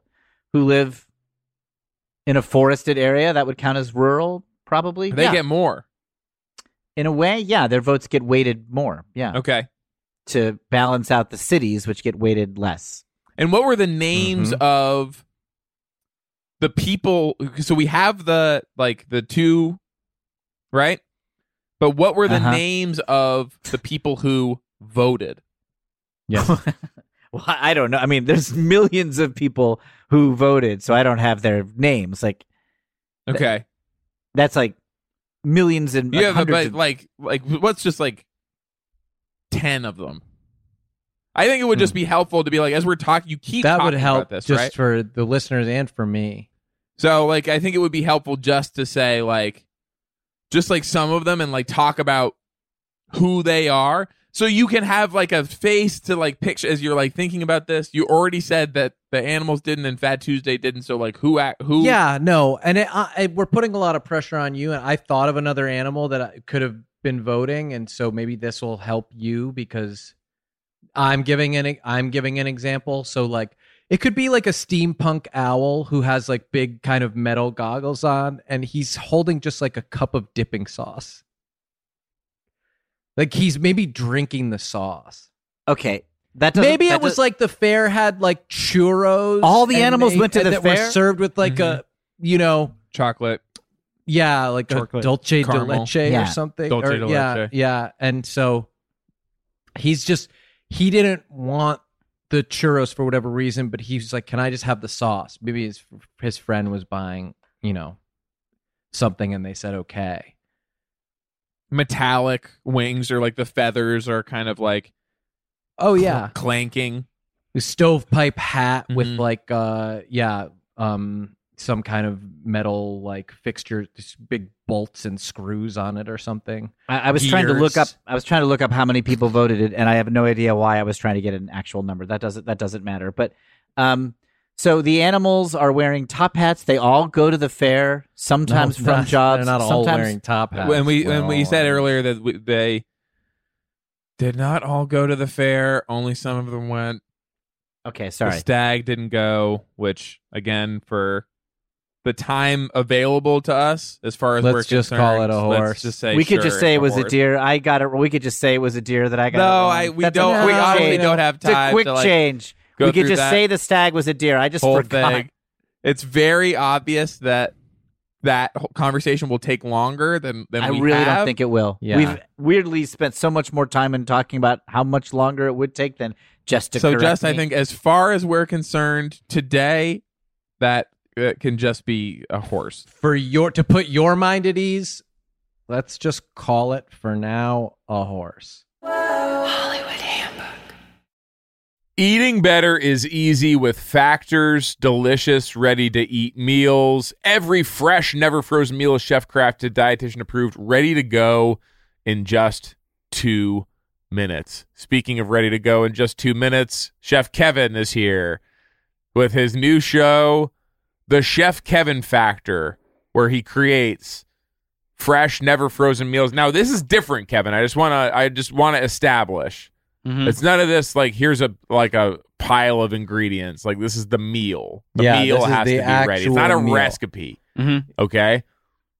S6: who live in a forested area that would count as rural, probably.
S5: they
S6: yeah.
S5: get more
S6: in a way, yeah, their votes get weighted more, yeah,
S5: okay
S6: to balance out the cities, which get weighted less.
S5: and what were the names
S4: Mhm.
S5: of the people so we have the like the two right but what were the
S6: Uh-huh.
S5: names of the people who voted
S4: yes
S6: Well, I I don't know. I mean, there's millions of people who voted, so I don't have their names. Like
S5: okay
S6: that's like millions and like,
S5: Yeah, but,
S6: hundreds
S5: but
S6: of-
S5: like, like, what's just like ten of them? I think it would just be helpful to be like, as we're talking, you keep
S4: Hmm. that would
S5: talking
S4: help
S5: about this,
S4: just
S5: right?
S4: for the listeners and for me
S5: So, like, I think it would be helpful just to say like, just like some of them, and like talk about who they are, So you can have like a face to like picture as you're like thinking about this. You already said that the animals didn't and Fat Tuesday didn't. So like who act who?
S4: Yeah, no, and it, I, I- we're putting a lot of pressure on you. And I thought of another animal that I could have been voting, and so maybe this will help you because I'm giving an I'm giving an example. So like it could be like a steampunk owl who has like big kind of metal goggles on, and he's holding just like a cup of dipping sauce. Like he's maybe drinking the sauce.
S6: Okay, that doesn't,
S4: Maybe
S6: that
S4: it was
S6: does-
S4: like the fair had like churros.
S6: All the animals went to the
S4: that
S6: fair?
S4: Were served with like a
S5: Mm-hmm.
S4: you know
S5: chocolate.
S4: yeah, like a
S7: Chocolate
S4: dolce de
S5: caramel.
S4: leche
S6: Yeah.
S4: or something.
S5: Dolce
S4: or-
S5: de
S4: yeah,
S5: leche.
S4: yeah. And so he's just he didn't want the churros for whatever reason, but he's like, "Can I just have the sauce?" Maybe his his friend was buying, you know, something, and they said okay.
S5: Metallic wings or like the feathers are kind of like
S4: Oh yeah,
S5: clanking.
S4: the stovepipe hat with
S5: Mhm.
S4: like uh yeah um some kind of metal like fixture, just big bolts and screws on it or something.
S6: I, I was trying to look up.
S4: years.
S6: I was trying to look up how many people voted it, and I have no idea why I was trying to get an actual number. That doesn't that doesn't matter. But um, so the animals are wearing top hats. They all go to the fair. Sometimes
S4: No,
S6: from
S4: not-
S6: jobs.
S4: they're not all
S6: sometimes
S4: wearing top hats.
S5: when we when
S4: We're
S5: we
S4: all
S5: said
S4: wearing-
S5: earlier that we, they did not all go to the fair. Only some of them went.
S6: Okay,
S5: The
S6: sorry.
S5: stag didn't go, which again for the time available to us, as far as
S4: Let's
S5: we're
S4: just
S5: concerned,
S4: call it a horse.
S5: Let's just say
S6: we could
S5: sure,
S6: just say it
S5: it's
S6: was a
S5: horse.
S6: deer. I got it. We could just say it was a deer that I got. it
S5: No,
S6: wrong.
S5: I we
S6: That's a
S5: don't. We
S6: quick
S5: obviously
S6: change.
S5: don't have
S6: It's
S5: time
S6: a quick
S5: to like
S6: change.
S5: go
S6: We could
S5: through
S6: just
S5: that
S6: say the stag was a deer. I just
S5: whole
S6: forgot.
S5: thing. It's very obvious that that whole conversation will take longer than than
S6: I
S5: we
S6: really
S5: have.
S6: don't think it will.
S4: Yeah.
S6: We've weirdly spent so much more time in talking about how much longer it would take than just to.
S5: so.
S6: correct
S5: Just I
S6: me.
S5: think as far as we're concerned today, that uh, can just be a horse.
S4: for your to put your mind at ease, let's just call it for now a horse.
S5: Eating better is easy with factors, delicious, ready to eat meals. Every fresh, never frozen meal is chef crafted, dietitian approved, ready to go in just two minutes. Speaking of ready to go in just two minutes, Chef Kevin is here with his new show, The Chef Kevin Factor, where he creates fresh, never frozen meals. Now, this is different, Kevin. I just want to I just want to establish.
S4: Mm-hmm.
S6: Mm-hmm,
S5: It's none of this like here's a like a pile of ingredients. Like this is the meal. The
S4: Yeah,
S5: meal
S4: this is
S5: has
S4: the
S5: to be ready. It's not a
S4: actual meal.
S5: recipe.
S6: mm-hmm.
S5: Okay.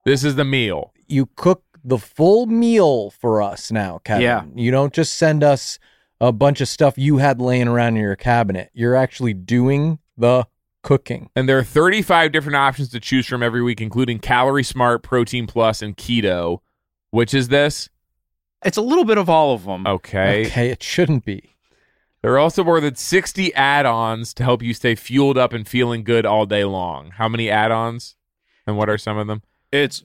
S5: This is the meal.
S4: You cook the full meal for us now, Kevin.
S8: Yeah.
S4: You don't just send us a bunch of stuff you had laying around in your cabinet. You're actually doing the cooking.
S5: And there are 35 different options to choose from every week, including Calorie Smart, Protein Plus, and Keto. Which is this?
S8: It's a little bit of all of them.
S5: Oh. Okay.
S4: Okay, it shouldn't be.
S5: There are also more than 60 add ons to help you stay fueled up and feeling good all day long. How many add ons? And what are some of them?
S8: It's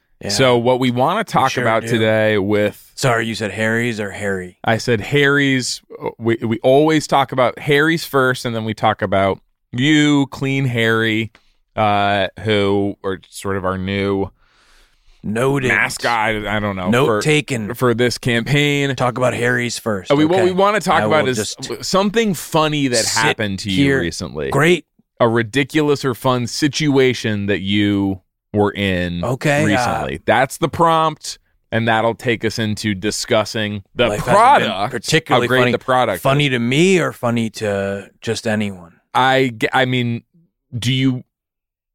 S5: So what we want to talk
S9: sure
S5: about
S9: do.
S5: today with
S9: Sorry, you said Harry's or Harry?
S5: I said Harry's. We we always talk about Harry's first, and then we talk about you, Clean Harry, uh, who are sort of our new
S9: Noted.
S5: mask guy. I don't know.
S9: Note
S5: uh, for,
S9: taken.
S5: for this campaign.
S9: Talk about Harry's first.
S5: Uh, we, What
S9: okay?
S5: we want to talk
S9: I
S5: about
S9: will
S5: is
S9: just-
S5: something funny that
S9: sit
S5: happened to you
S9: here.
S5: recently.
S9: great.
S5: A ridiculous or fun situation that you were in
S9: Okay, uh,
S5: recently. That's the prompt, and that'll take us into discussing the
S9: Life hasn't been
S5: product. how
S9: particularly
S5: great
S9: funny.
S5: the product.
S9: Funny
S5: is.
S9: to me or funny to just anyone?
S5: I. ge- I mean, do you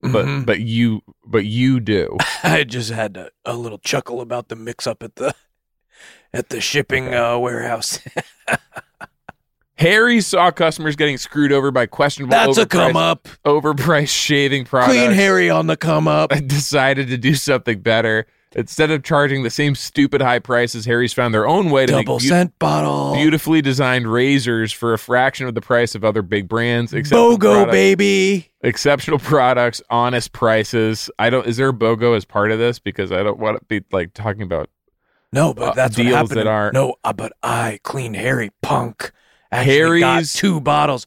S5: but
S9: Mhm.
S5: but you but you do.
S9: I just had a, a little chuckle about the mix up at the at the shipping uh, warehouse.
S5: Harry saw customers getting screwed over by questionable
S9: That's a
S5: overpriced,
S9: come up.
S5: overpriced shaving products.
S9: Clean Harry on the come up.
S5: and decided to do something better. Instead of charging the same stupid high prices, Harry's found their own way to make
S9: Double
S5: beau-
S9: scent bottle.
S5: beautifully designed razors for a fraction of the price of other big brands. except the
S9: BOGO
S5: product-
S9: baby.
S5: exceptional products, honest prices. I don't. Is there a BOGO as part of this? Because I don't want to be like talking about
S9: No,
S5: Uh,
S9: but that's
S5: deals
S9: what happened.
S5: that aren't-
S9: No, uh, but I clean Harry punk. Actually got
S5: Harry's-
S9: two bottles.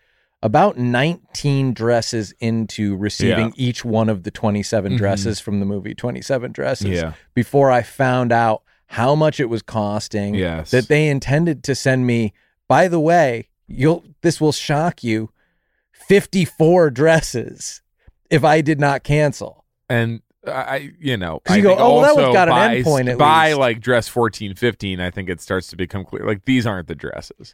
S4: about 19 dresses into receiving each one of the 27
S5: Mhm.
S4: dresses from the movie 27 Dresses before I found out how much it was costing
S5: Yes.
S4: that they intended to send me. By the way, you'll this will shock you. 54 dresses if I did not cancel.
S5: and I, you know,
S4: 'Cause
S5: I
S4: you go,
S5: think
S4: "Oh, well, that
S5: also
S4: one's got an
S5: by,
S4: endpoint at
S5: by
S4: least."
S5: like dress fourteen, fifteen. I think it starts to become clear. Like these aren't the dresses.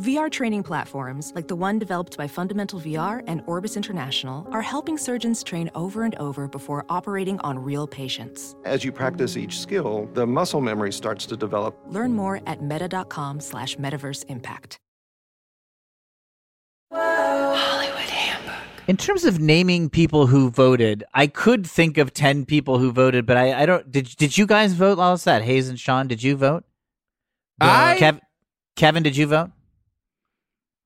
S2: VR training platforms, like the one developed by Fundamental VR and Orbis International, are helping surgeons train over and over before operating on real patients.
S10: As you practice each skill, the muscle memory starts to develop.
S2: Learn more at meta.com slash metaverse impact.
S6: In terms of naming people who voted, I could think of ten people who voted, but I, I don't. Did did you guys vote? All that Hayes and Sean, did you vote?
S5: I-
S6: Kev, Kevin, did you vote?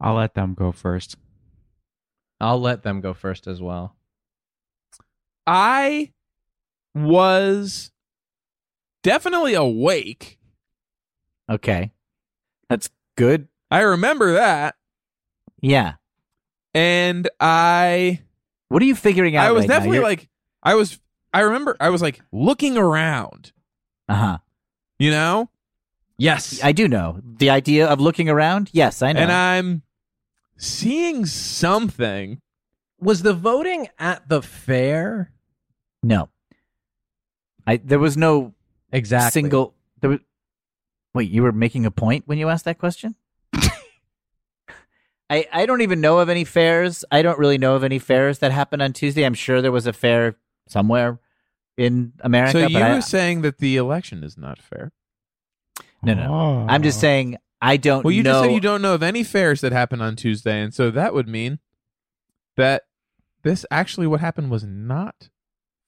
S7: I'll let them go first.
S4: I'll let them go first as well.
S5: I was definitely awake.
S6: Okay, that's good.
S5: I remember that.
S6: Yeah.
S5: And I
S6: What are you figuring out?
S5: I was
S6: right now?
S5: definitely
S6: You're-
S5: like I was I remember I was like looking around,
S6: uh-huh.
S5: you know?
S4: Yes,
S6: I do know the idea of looking around. Yes, I know.
S5: And I'm seeing something.
S4: was the voting at the fair
S6: no, I there was no
S4: exactly
S6: single. There was, wait, you were making a point when you asked that question. I I don't even know of any fairs. I don't really know of any fairs that happened on Tuesday. I'm sure there was a fair somewhere in America.
S5: so
S6: but
S5: you
S6: I,
S5: were saying that the election is not fair.
S6: no, no, I'm just saying I don't.
S5: oh. Well, you
S6: know.
S5: just said you don't know of any fairs that happened on Tuesday, and so that would mean that this actually what happened was not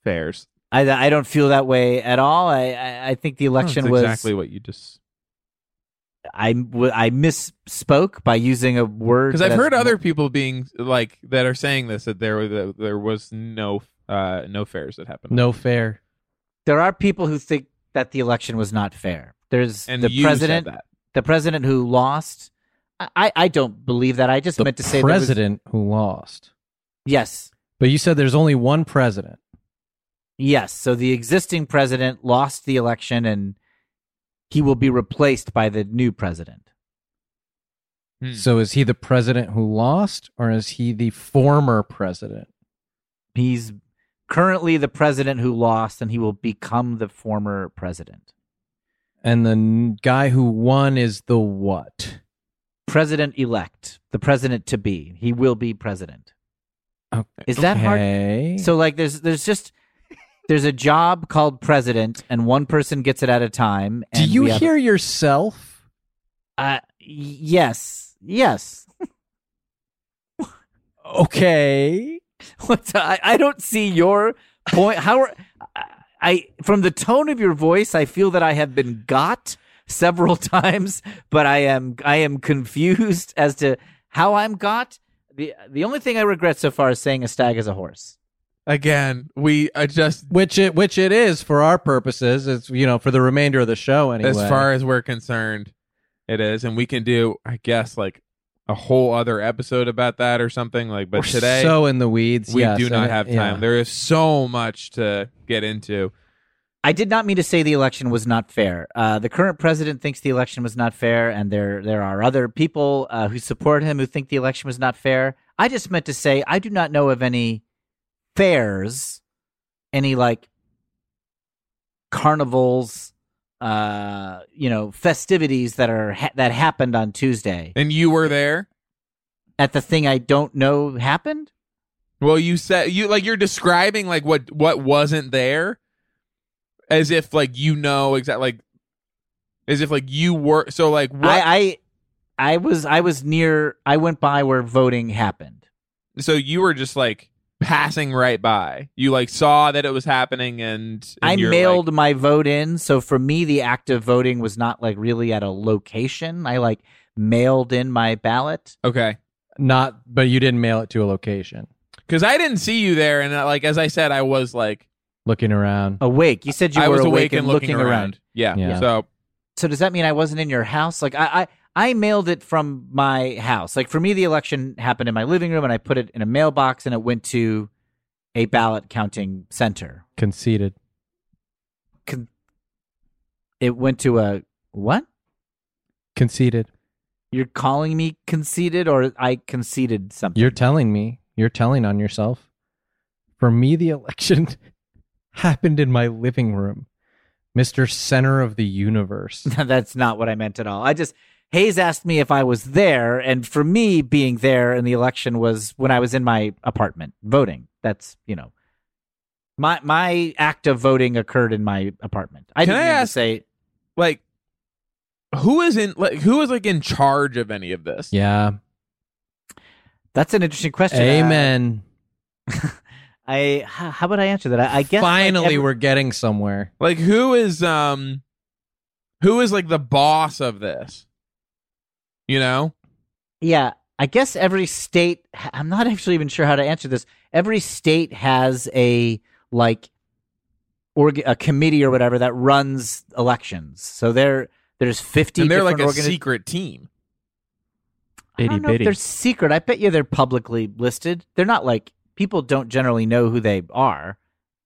S5: fairs.
S6: I I don't feel that way at all. I I, I think the election
S5: That's
S6: was
S5: exactly what you just
S6: I w- I misspoke by using a word
S5: because I've
S6: that's-
S5: heard other people being like that are saying this that there that there was no uh no fairs that happened.
S4: no fair.
S6: There are people who think that the election was not fair. There's
S5: and
S6: the
S5: you
S6: president,
S5: said that.
S6: the president who lost. I- I, I don't believe that. I just
S4: The
S6: meant to say That was-
S4: president who lost,
S6: yes,
S4: but you said there's only one president.
S6: yes. So the existing president lost the election, and he will be replaced by the new president.
S5: Hmm.
S4: So is he the president who lost, or is he the former president?
S6: He's currently the president who lost, and he will become the former president,
S4: And the n- guy who won is the what?
S6: president elect, the president to be. He will be president.
S4: Okay.
S6: Is that hard? So
S4: So
S6: like there's there's just there's a job called president and one person gets it at a time.
S4: do
S6: and
S4: you
S6: we have-
S4: hear yourself?
S6: uh y- yes. Yes.
S4: Okay.
S6: What I, I don't see your point. How are I, I from the tone of your voice I feel that I have been got several times, but I am I am confused as to how I'm got. The the only thing I regret so far is saying a stag is a horse.
S5: again. We I just
S4: Which it which it is for our purposes. It's you know for the remainder of the show anyway.
S5: as far as we're concerned it is and we can do i guess like a whole other episode about that or something like but
S4: We're
S5: today
S4: so in the weeds.
S5: we
S4: yes,
S5: do not
S4: and-
S5: have time
S4: yeah.
S5: there is so much to get into
S6: I did not mean to say the election was not fair. Uh, the current president thinks the election was not fair, and there there are other people uh, who support him who think the election was not fair. I just meant to say I do not know of any fairs, any like carnivals, uh, you know, festivities that are ha- that happened on Tuesday
S5: And you were there.
S6: at the thing I don't know happened.
S5: Well, you said you like you're describing like what what wasn't there, as if like you know exactly like, as if like you were so like what
S6: I, I I was I was near. I went by where voting happened.
S5: so you were just like passing right by. You like saw that it was happening and, and
S6: I
S5: you're,
S6: mailed
S5: like-
S6: my vote in, so for me, the act of voting was not like really at a location. I like mailed in my ballot.
S5: okay
S4: Not, but you didn't mail it to a location.
S5: because I didn't see you there and uh, like as I said I was like
S4: Looking
S5: Oh.
S4: around.
S6: Awake, you said you
S5: I
S6: were
S5: was
S6: awake, and
S5: looking, around.
S6: around.
S5: Yeah.
S4: Yeah.
S5: So
S6: So does that mean I wasn't in your house? Like I, I, I mailed it from my house. Like for me, the election happened in my living room, and I put it in a mailbox, and it went to a ballot counting center.
S4: Conceited.
S6: Con- it went to a what?
S4: Conceited.
S6: You're calling me conceited, or I conceded something?
S4: You're telling me. You're telling on yourself. For me, the election happened in my living room, Mr. Center of the Universe.
S6: That's not what I meant at all. I just Hayes asked me if I was there, and for me, being there in the election was when I was in my apartment voting. That's you know, my my act of voting occurred in my apartment. I
S5: Can
S6: didn't
S5: I
S6: mean to
S5: ask-
S6: say
S5: like who is in like who is like in charge of any of this?
S4: yeah.
S6: that's an interesting question.
S4: Amen.
S6: Uh, I how, how would I answer that? I, I guess like,
S4: finally
S6: every-
S4: we're getting somewhere.
S5: Like who is um who is like the boss of this? You know?
S6: Yeah, I guess every state. I'm not actually even sure how to answer this. Every state has a like, org- a committee or whatever that runs elections. So there, there's 50.
S5: and they're like
S6: different
S5: a
S6: organi-
S5: secret team.
S6: I don't
S7: Itty
S6: know if
S7: bitty.
S6: they're secret. I bet you they're publicly listed. They're not like people don't generally know who they are.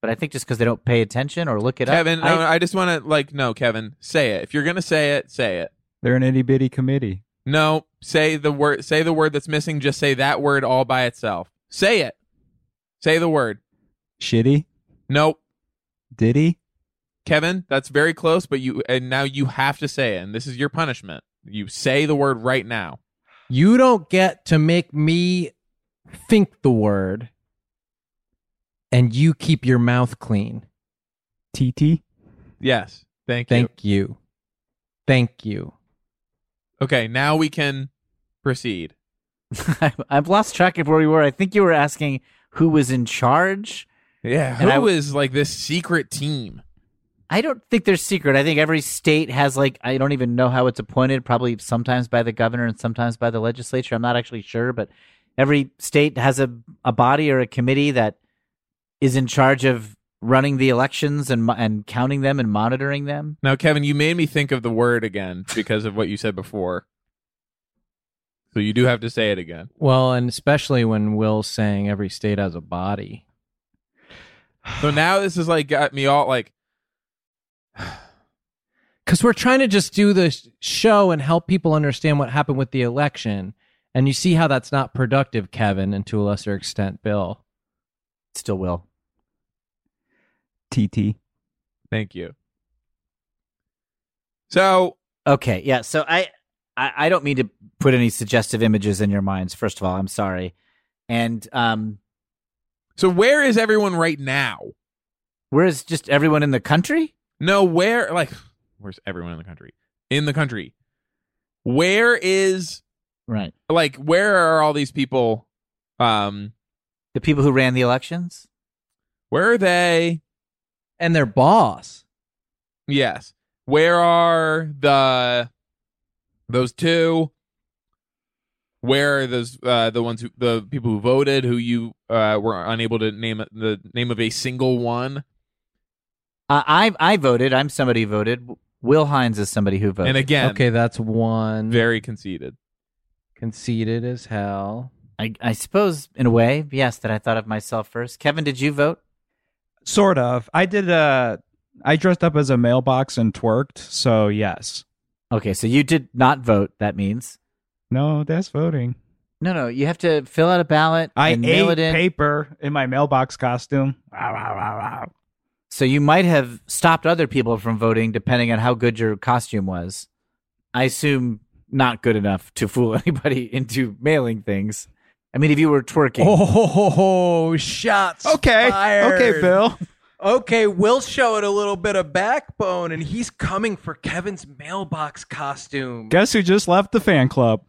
S6: But I think just because they don't pay attention or look it
S5: Kevin,
S6: up. I-
S5: no, I just want to like no, Kevin, say it. If you're going to say it, say it.
S7: They're an itty bitty committee.
S5: No, say the word say the word that's missing, just say that word all by itself. Say it. Say the word.
S7: Shitty,
S5: Nope.
S7: diddy,
S5: Kevin, that's very close, but you and now you have to say it. And this is your punishment. You say the word right now.
S4: You don't get to make me think the word and you keep your mouth clean.
S7: TT.
S5: Yes. Thank, you.
S4: Thank you. Thank you.
S5: Okay, now we can proceed.
S6: I've- I've lost track of where we were. I think you were asking who was in charge.
S5: Yeah,
S6: And I
S5: who
S6: w-
S5: is like this secret team?
S6: I don't think they're secret. I think every state has like I don't even know how it's appointed. Probably sometimes by the governor and sometimes by the legislature. I'm not actually sure, but every state has a a body or a committee that is in charge of running the elections and mo- and counting them and monitoring them.
S5: Now, Kevin, you made me think of the word again because of what you said before. So you do have to say it again.
S4: Well, and especially when Will's saying every state has a body.
S5: So now this is like got me all like
S4: because we're trying to just do the sh- show and help people understand what happened with the election. And you see how that's not productive, Kevin, and to a lesser extent, Bill.
S6: Still will.
S7: TT.
S5: thank you. So
S6: Okay, yeah. So I, I I don't mean to put any suggestive images in your minds. First of all, I'm sorry. And um
S5: so where is everyone right now?
S6: whereas just everyone in the country?
S5: No, where like where's everyone in the country? In the country. Where is
S6: Right.
S5: like where are all these people um
S6: The people who ran the elections?
S5: where are they?
S4: And their boss.
S5: Yes. Where are the those two? Where are those uh, the ones who the people who voted who you uh, were unable to name a- the name of a single one?
S6: Uh, I I voted. I'm somebody who voted. Will Hines is somebody who voted.
S5: And again,
S4: Okay, that's one.
S5: very conceited.
S4: conceited as hell.
S6: I, I suppose, in a way, yes, that I thought of myself first. Kevin, did you vote?
S7: Sort of. I did uh I dressed up as a mailbox and twerked, so yes.
S6: Okay, so you did not vote. That means
S7: No, that's voting.
S6: no, no. You have to fill out a ballot
S7: I
S6: and mail it
S7: ate
S6: in.
S7: paper in my mailbox costume. Wow, wow, wow, wow.
S6: So you might have stopped other people from voting depending on how good your costume was. I assume not good enough to fool anybody into mailing things. I mean, if you were twerking,
S4: Oh, ho, ho, ho, Oh, shots.
S7: Okay.
S4: fired.
S7: Okay, Bill.
S4: Okay, Will showed a little bit of backbone, and he's coming for Kevin's mailbox costume.
S7: Guess who just left the fan club?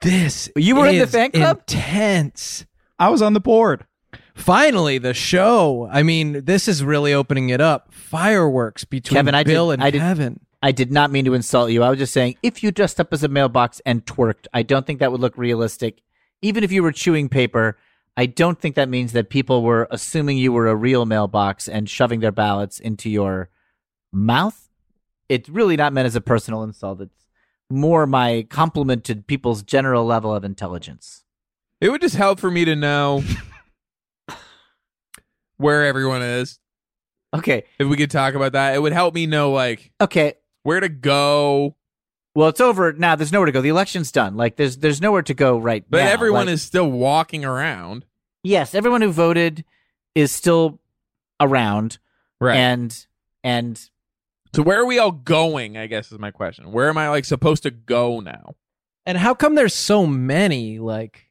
S4: This
S6: You were in the
S4: is
S6: fan club?
S4: Intense.
S7: I was on the board.
S4: Finally, the show. I mean, this is really opening it up. Fireworks between
S6: Kevin, I did-
S4: Bill and
S6: I did-
S4: Kevin.
S6: I did not mean to insult you. I was just saying, if you dressed up as a mailbox and twerked, I don't think that would look realistic. Even if you were chewing paper, I don't think that means that people were assuming you were a real mailbox and shoving their ballots into your mouth. It's really not meant as a personal insult. It's more my compliment to people's general level of intelligence.
S5: It would just help for me to know where everyone is.
S6: Okay.
S5: If we could talk about that, it would help me know like
S6: Okay.
S5: where to go.
S6: Well, it's over now. There's nowhere to go. The election's done. Like there's there's nowhere to go right
S5: But
S6: now.
S5: everyone
S6: Like-
S5: is still walking around,
S6: yes, everyone who voted is still around.
S5: right?
S6: and and
S5: so where are we all going? I guess is my question. Where am I like supposed to go now?
S4: And how come there's so many? Like,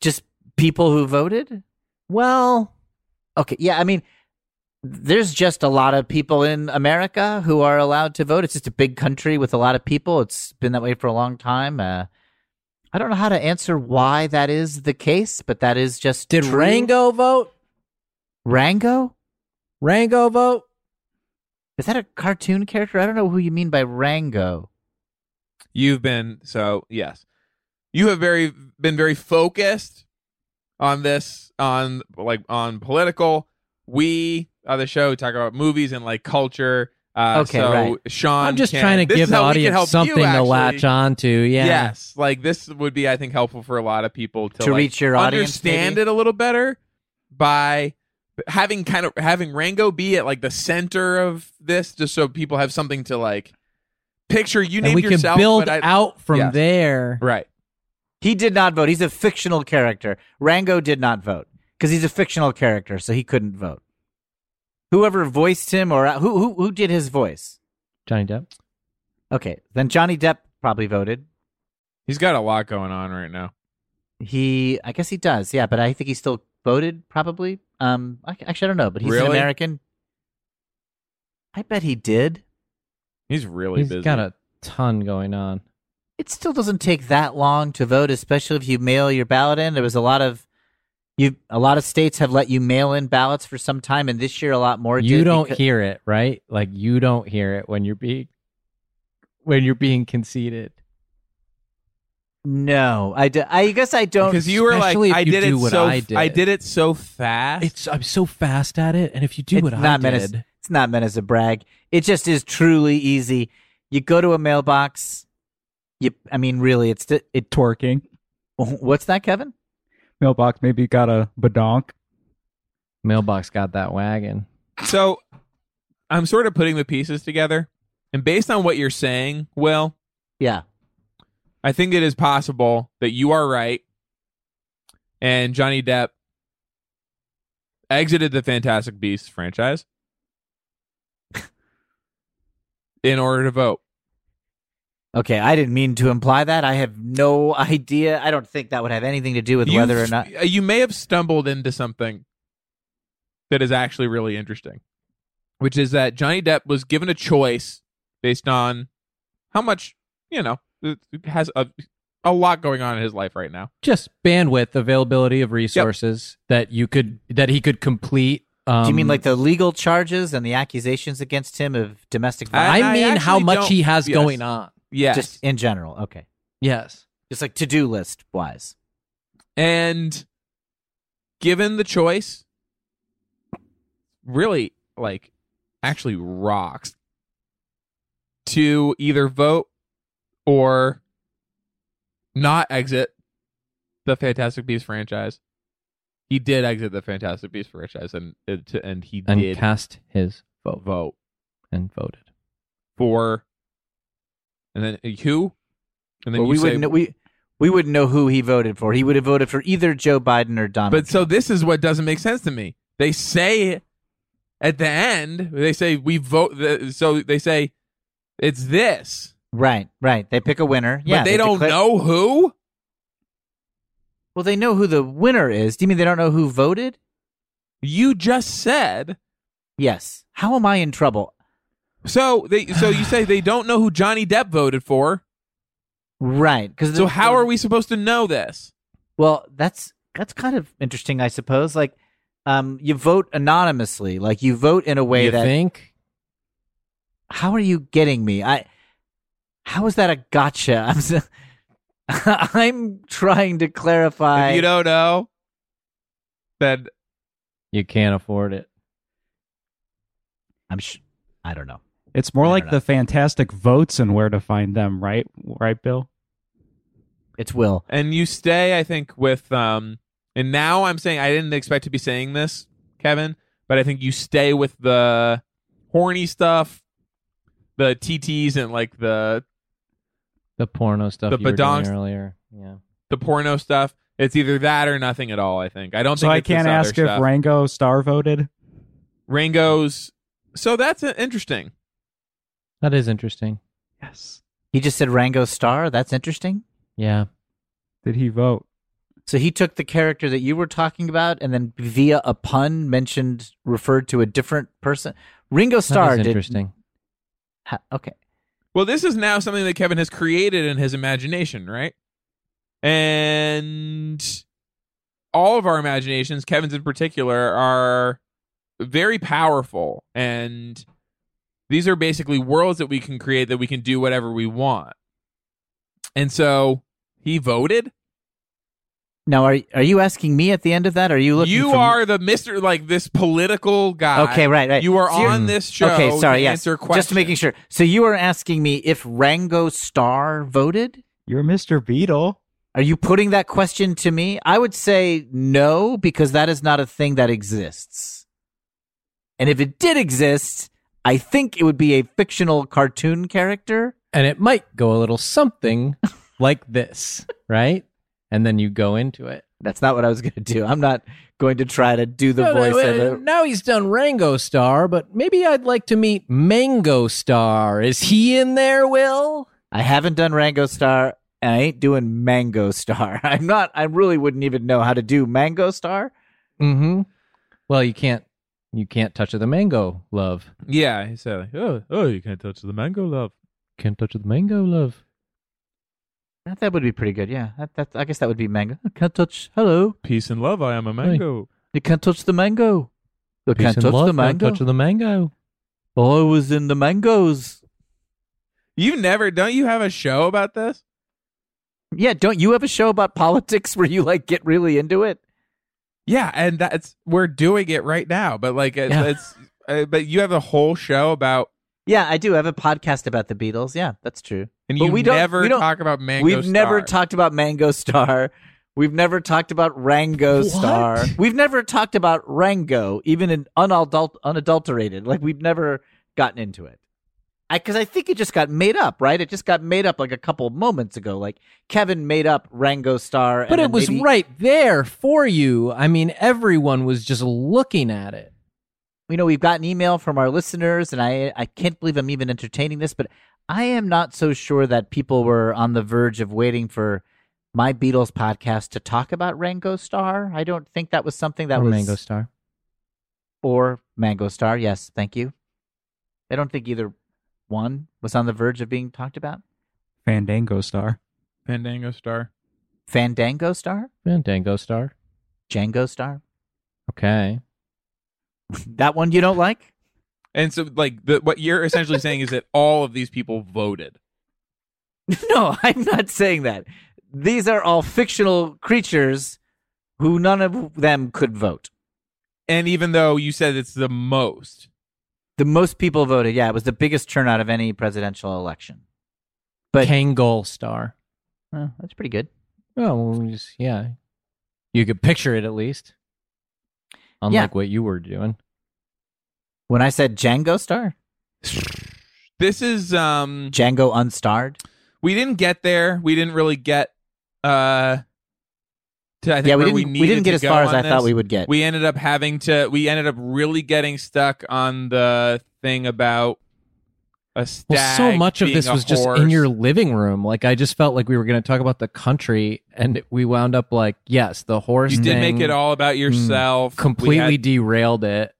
S6: just people who voted well okay yeah i mean there's just a lot of people in america who are allowed to vote it's just a big country with a lot of people it's been that way for a long time uh, i don't know how to answer why that is the case but that is just
S4: did
S6: true.
S4: Rango vote?
S6: rango
S4: Rango vote?
S6: is that a cartoon character i don't know who you mean by rango
S5: You've been so yes. You have very been very focused on this on like on political. We on the show talk about movies and like culture. Uh,
S6: Okay,
S5: so
S6: right.
S5: Sean,
S4: I'm just
S5: can-
S4: trying to
S5: this
S4: give
S5: is
S4: the
S5: how we can help
S4: audience
S5: you,
S4: something to
S5: actually.
S4: latch on to. Yeah.
S5: Yes, like this would be, I think, helpful for a lot of people to,
S6: To
S5: like,
S6: reach your audience,
S5: understand
S6: maybe?
S5: it a little better by having kind of having Rango be at like the center of this, just so people have something to like picture. You
S4: and
S5: named
S4: we can
S5: yourself,
S4: build
S5: but I-
S4: out from
S5: Yes.
S4: there.
S5: right.
S6: He did not vote. He's a fictional character. Rango did not vote because he's a fictional character, so he couldn't vote. Whoever voiced him or who who who did his voice?
S4: Johnny Depp.
S6: Okay, then Johnny Depp probably voted.
S5: He's got a lot going on right now.
S6: He, I guess he does. Yeah, but I think he still voted probably. Um, I, actually, I don't know, but he's an
S5: Really?
S6: American. I bet he did.
S5: He's really
S4: He's
S5: busy.
S4: got a ton going on.
S6: it still doesn't take that long to vote, especially if you mail your ballot in. There was a lot of you a lot of states have let you mail in ballots for some time, and this year a lot more.
S4: you
S6: did
S4: don't
S6: becau-
S4: hear it, right? Like you don't hear it when you're being when you're being conceited.
S6: No, I, d- I guess I don't.
S5: because you were like,
S4: especially if
S5: I
S4: you
S5: did
S4: do
S5: it
S4: what
S5: so
S4: I did.
S5: I did it so fast.
S4: It's I'm so fast at it, and if you do
S6: it's
S4: what I
S6: not meant as,
S4: did,
S6: it's not meant as a brag. It just is truly easy. You go to a mailbox. You, I mean, really, it's the, it.
S7: Twerking.
S6: What's that, Kevin?
S7: Mailbox maybe got a badonk.
S4: mailbox got that wagon.
S5: So I'm sort of putting the pieces together. And based on what you're saying, well,
S6: Yeah,
S5: I think it is possible that you are right. And Johnny Depp exited the Fantastic Beasts franchise in order to vote.
S6: Okay, I didn't mean to imply that. I have no idea. I don't think that would have anything to do with
S5: You've-
S6: whether or not.
S5: you may have stumbled into something that is actually really interesting, which is that Johnny Depp was given a choice based on how much, you know, it has a a lot going on in his life right now.
S4: Just bandwidth, availability of resources that you could that he could complete. Um,
S6: Do you mean like the legal charges and the accusations against him of domestic
S5: I-
S6: violence?
S5: I
S4: I mean how
S5: actually
S4: much
S5: don't-
S4: he has
S5: yes.
S4: going on?
S5: Yes.
S6: Just in general. Okay.
S4: Yes.
S6: Just like to do list wise.
S5: And given the choice, really, like, actually rocks to either vote or not exit the Fantastic Beasts franchise. He did exit the Fantastic Beasts franchise, and it, and he
S4: And
S5: did
S4: cast his
S5: vote vote
S4: and voted.
S5: for, and then uh, who, and then
S6: Well,
S5: you
S6: we
S5: say-
S6: wouldn't know, we we wouldn't know who he voted for. He would have voted for either Joe Biden or Donald.
S5: But
S6: Trump.
S5: so this is what doesn't make sense to me. They say at the end they say we vote. The, so they say it's this,
S6: Right, right. They pick a winner. Yeah,
S5: but they, don't
S6: declare-
S5: know who.
S6: Well, they know who the winner is. Do you mean they don't know who voted?
S5: You just said
S6: Yes. How am I in trouble?
S5: so. They so you say they don't know who Johnny Depp voted for.
S6: Right, because
S5: So how are we supposed to know this?
S6: Well, that's that's kind of interesting, I suppose. Like, um, you vote anonymously. Like you vote in a way
S4: you
S6: that.
S4: think?
S6: How are you getting me? I. How is that a gotcha? I'm. s- I'm trying to clarify.
S5: If you don't know, then
S4: You can't afford it.
S6: I'm. Sh- I don't know.
S7: It's more
S6: I
S7: like
S6: don't
S7: the
S6: know.
S7: fantastic votes and where to find them, right? Right, Bill?
S6: It's Will.
S5: and you stay i think with um and now i'm saying i didn't expect to be saying this kevin but i think you stay with the horny stuff the tts and like the
S4: The porno stuff
S5: The
S4: you were doing
S5: badongs-
S4: earlier. Yeah.
S5: the porno stuff it's either that or nothing at all i think i don't
S7: So
S5: think
S7: I
S5: it's this
S7: can't
S5: other
S7: ask
S5: stuff.
S7: if Rango Star voted.
S5: rango's so that's uh, interesting
S4: That is interesting.
S7: Yes.
S6: He just said Rango Star. That's interesting.
S4: Yeah.
S7: Did he vote?
S6: So he took the character that you were talking about, and then via a pun mentioned referred to a different person. Ringo Starr
S4: that is
S6: did.
S4: interesting.
S6: Ha- okay.
S5: well this is now something that kevin has created in his imagination right and all of our imaginations, Kevin's in particular, are very powerful. And these are basically worlds that we can create that we can do whatever we want. And so he voted.
S6: Now, are are you asking me at the end of that? Are you looking?
S5: You
S6: for-
S5: are the Mr. like this political guy.
S6: Okay, right, right.
S5: You are
S6: So you're-
S5: on this show
S6: okay, sorry.
S5: to
S6: yes.
S5: answer questions.
S6: Just making sure. So you are asking me if Rango Starr voted?
S7: You're Mr. Beetle.
S6: Are you putting that question to me? I would say no, because that is not a thing that exists. And if it did exist, I think it would be a fictional cartoon character.
S4: And it might go a little something like this, right? And then you go into it.
S6: That's not what I was going to do. I'm not going to try to do the
S4: No, no,
S6: voice
S4: uh,
S6: of it.
S4: Now he's done Rango Star, but maybe I'd like to meet Mango Star. Is he in there, Will?
S6: I haven't done Rango Star, and I ain't doing Mango Star. I'm not. I really wouldn't even know how to do Mango Star.
S4: Mm-hmm. Well, you can't you can't touch the mango, love.
S5: Yeah, he said, oh, oh, you can't touch the mango love.
S4: Can't touch the mango, love.
S6: That, that would be pretty good. Yeah, that, that I guess that would be Mango. I can't touch. Hello,
S5: Peace and love, I am a mango.
S6: you can't touch the mango. You
S4: Peace
S6: can't
S4: and
S6: touch
S4: love,
S6: the
S4: can't
S6: mango.
S4: touch the mango.
S6: I was in the mangoes.
S5: You've never don't you have a show about this?
S6: Yeah, don't you have a show about politics where you like get really into it?
S5: Yeah, and that's we're doing it right now. But like, it's,
S4: Yeah.
S5: it's uh, but you have a whole show about,
S6: Yeah, I do. I have a podcast about the Beatles. Yeah, that's true.
S5: and
S6: But
S5: you
S6: we don't-
S5: never
S6: we don't-
S5: talk about mango.
S6: We've never
S5: Star.
S6: talked about Mango Star. We've never talked about Rango Star. We've never talked about Rango, even in unadult- unadulterated. Like we've never gotten into it. I because I think it just got made up, right? It just got made up like a couple moments ago. Like Kevin made up Rango Star, and
S4: But
S6: then
S4: it was
S6: maybe-
S4: right there for you. I mean, everyone was just looking at it.
S6: you know we've gotten email from our listeners and i i can't believe i'm even entertaining this but i am not so sure that people were on the verge of waiting for my beatles podcast to talk about rango star i don't think that was something that
S4: or
S6: was
S4: Mango Star.
S6: or mango star yes thank you i don't think either one was on the verge of being talked about
S7: Fandango Star.
S5: Fandango Star.
S6: fandango star
S4: Fandango Star.
S6: django star
S4: Okay.
S6: that one you don't like
S5: And so, like, the, what you're essentially saying is that all of these people voted.
S6: No, I'm not saying that. These are all fictional creatures who none of them could vote.
S5: And even though you said it's the most,
S6: The most people voted. Yeah, it was the biggest turnout of any presidential election. But
S4: Kangol Star.
S6: Well, that's pretty good.
S4: Oh, well, we just- yeah. You could picture it at least. Unlike what you were doing.
S6: When I said Django star,
S5: this is um,
S6: Django unstarred.
S5: we didn't get there. We didn't really get uh to I think
S6: yeah, we
S5: where
S6: didn't,
S5: we,
S6: we
S5: needed
S6: didn't get
S5: to
S6: as far
S5: go
S6: as
S5: on
S6: I thought
S5: this.
S6: we would get.
S5: We ended up having to. We ended up really getting stuck on the thing about a stag.
S4: Well, so much of
S5: being
S4: this
S5: a
S4: was just in
S5: horse.
S4: your living room. Like I just felt like we were going to talk about the country, and we wound up like, yes, the horse.
S5: You did make
S4: thing Hmm.
S5: it all about yourself. We
S4: completely
S5: had-
S4: derailed it.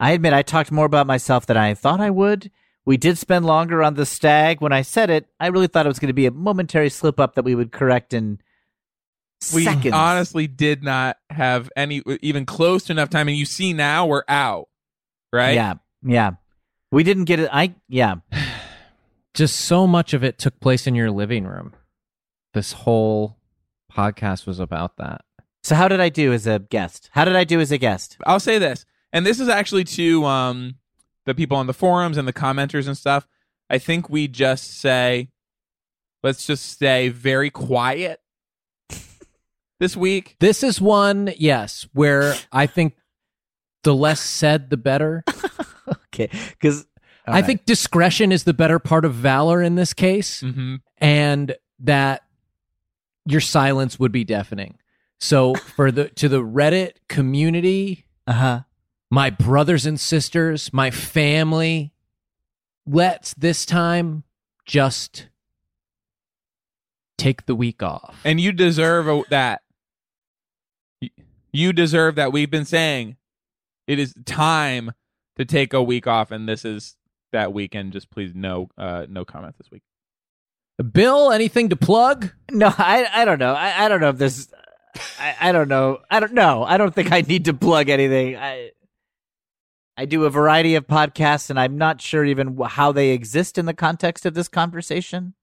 S6: I admit I talked more about myself than I thought I would. We did spend longer on the stag. When I said it, I really thought it was going to be a momentary slip up that we would correct in
S5: we
S6: seconds.
S5: honestly did not have any even close to enough time. And you see now we're out, right?
S6: Yeah, yeah. We didn't get it. I yeah.
S4: Just so much of it took place in your living room. This whole podcast was about that.
S6: So how did I do as a guest? How did I do as a guest?
S5: I'll say this, and this is actually to um, the people on the forums and the commenters and stuff. I think we just say, let's just stay very quiet this week.
S4: This is one, yes, where I think the less said, the better.
S6: Okay, because
S4: I think discretion is the better part of valor in this case.
S5: Mm-hmm.
S4: and that your silence would be deafening. So for the to the Reddit community,
S6: uh huh.
S5: Uh-huh.
S4: my brothers and sisters, my family, let's this time just take the week off.
S5: And you deserve a, that. You- You deserve that. We've been saying it is time to take a week off, and this is that weekend. Just please, no, uh, no comment this week.
S4: Bill, anything to plug?
S6: No, I I don't know. I, I don't know if this. I, I don't know. I don't know. I don't think I need to plug anything. I I do a variety of podcasts, and I'm not sure even wh- how they exist in the context of this conversation.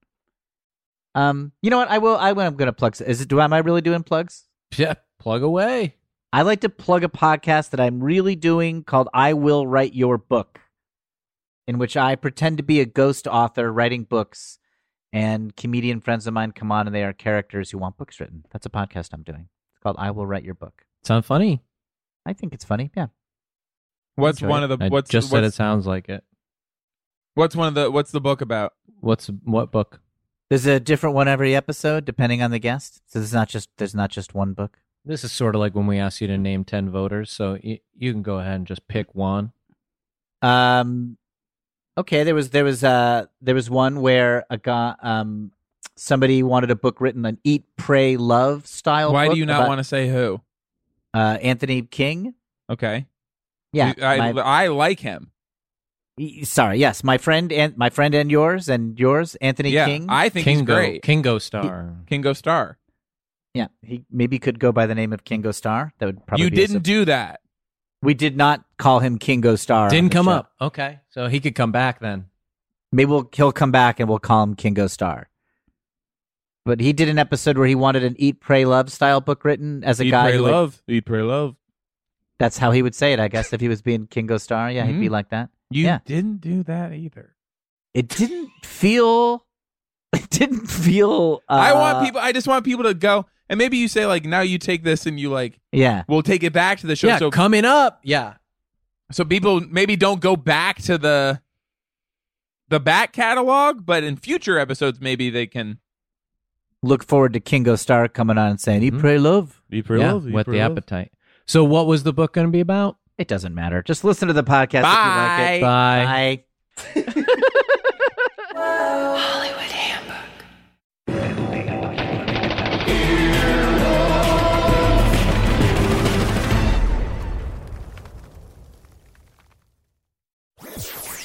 S6: Um, you know what? I will. I am going to plug. s- Is it? Do am I really doing plugs?
S4: Yeah, plug away.
S6: I like to plug a podcast that I'm really doing called I Will Write Your Book, in which I pretend to be a ghost author writing books, and comedian friends of mine come on and they are characters who want books written. That's a podcast I'm doing. It's called I Will Write Your Book.
S4: Sound funny?
S6: I think it's funny. Yeah.
S5: What's
S6: Enjoy
S5: one
S6: it.
S5: of the
S4: I
S5: what's
S4: just said
S5: what's,
S4: it sounds like it.
S5: what's one of the what's the book about?
S4: What's what book?
S6: There's a different one every episode depending on the guest. So there's not just there's not just one book.
S4: This is sort of like when we asked you to name 10 voters, so you, you can go ahead and just pick one.
S6: Um, okay, there was there was uh there was one where a guy um somebody wanted a book written an eat pray love style.
S5: Why do
S6: book
S5: you not
S6: about,
S5: want to say who?
S6: uh Anthony King?
S5: Okay,
S6: Yeah,
S5: You- I,
S6: my-
S5: I like him.
S6: y- sorry, yes, my friend and my friend and yours and yours Anthony
S5: Yeah,
S6: King.
S5: I think he's
S4: Kingo-
S5: great.
S4: Kingo Star.
S5: Kingo Star.
S6: yeah, he maybe could go by the name of Kingo Star. That would probably
S5: you
S6: be a
S5: didn't
S6: sub-
S5: do that.
S6: we did not call him Kingo Star. on
S4: Didn't
S6: the
S4: come
S6: show.
S4: up. Okay. So he could come back then.
S6: Maybe we'll, he'll come back and we'll call him Kingo Star. But he did an episode where he wanted an Eat, Pray, Love style book written as a
S5: Eat,
S6: guy.
S5: pray,
S6: who had-
S5: love. Eat, pray, love.
S6: that's how he would say it, I guess, if he was being Kingo Star. Yeah, he'd be
S5: Mhm.
S6: like that.
S5: You
S6: Yeah.
S5: didn't do that either.
S6: It didn't feel. It didn't feel. Uh,
S5: I want people. I just want people to go. And maybe you say like, now you take this and you like,
S6: Yeah.
S5: we'll take it back to the show.
S4: yeah,
S5: so
S4: coming up. Yeah.
S5: so people maybe don't go back to the the back catalog, but in future episodes maybe they can.
S6: Look forward to Kingo Star coming on and saying, Eat,
S5: Mm-hmm.
S4: Mhm.
S6: Pray, Love.
S5: Eat, pray,
S4: yeah whet the appetite. So what was the book going to be about?
S6: It doesn't matter. Just listen to the podcast if you like
S4: Bye.
S5: Bye.
S6: it. Bye.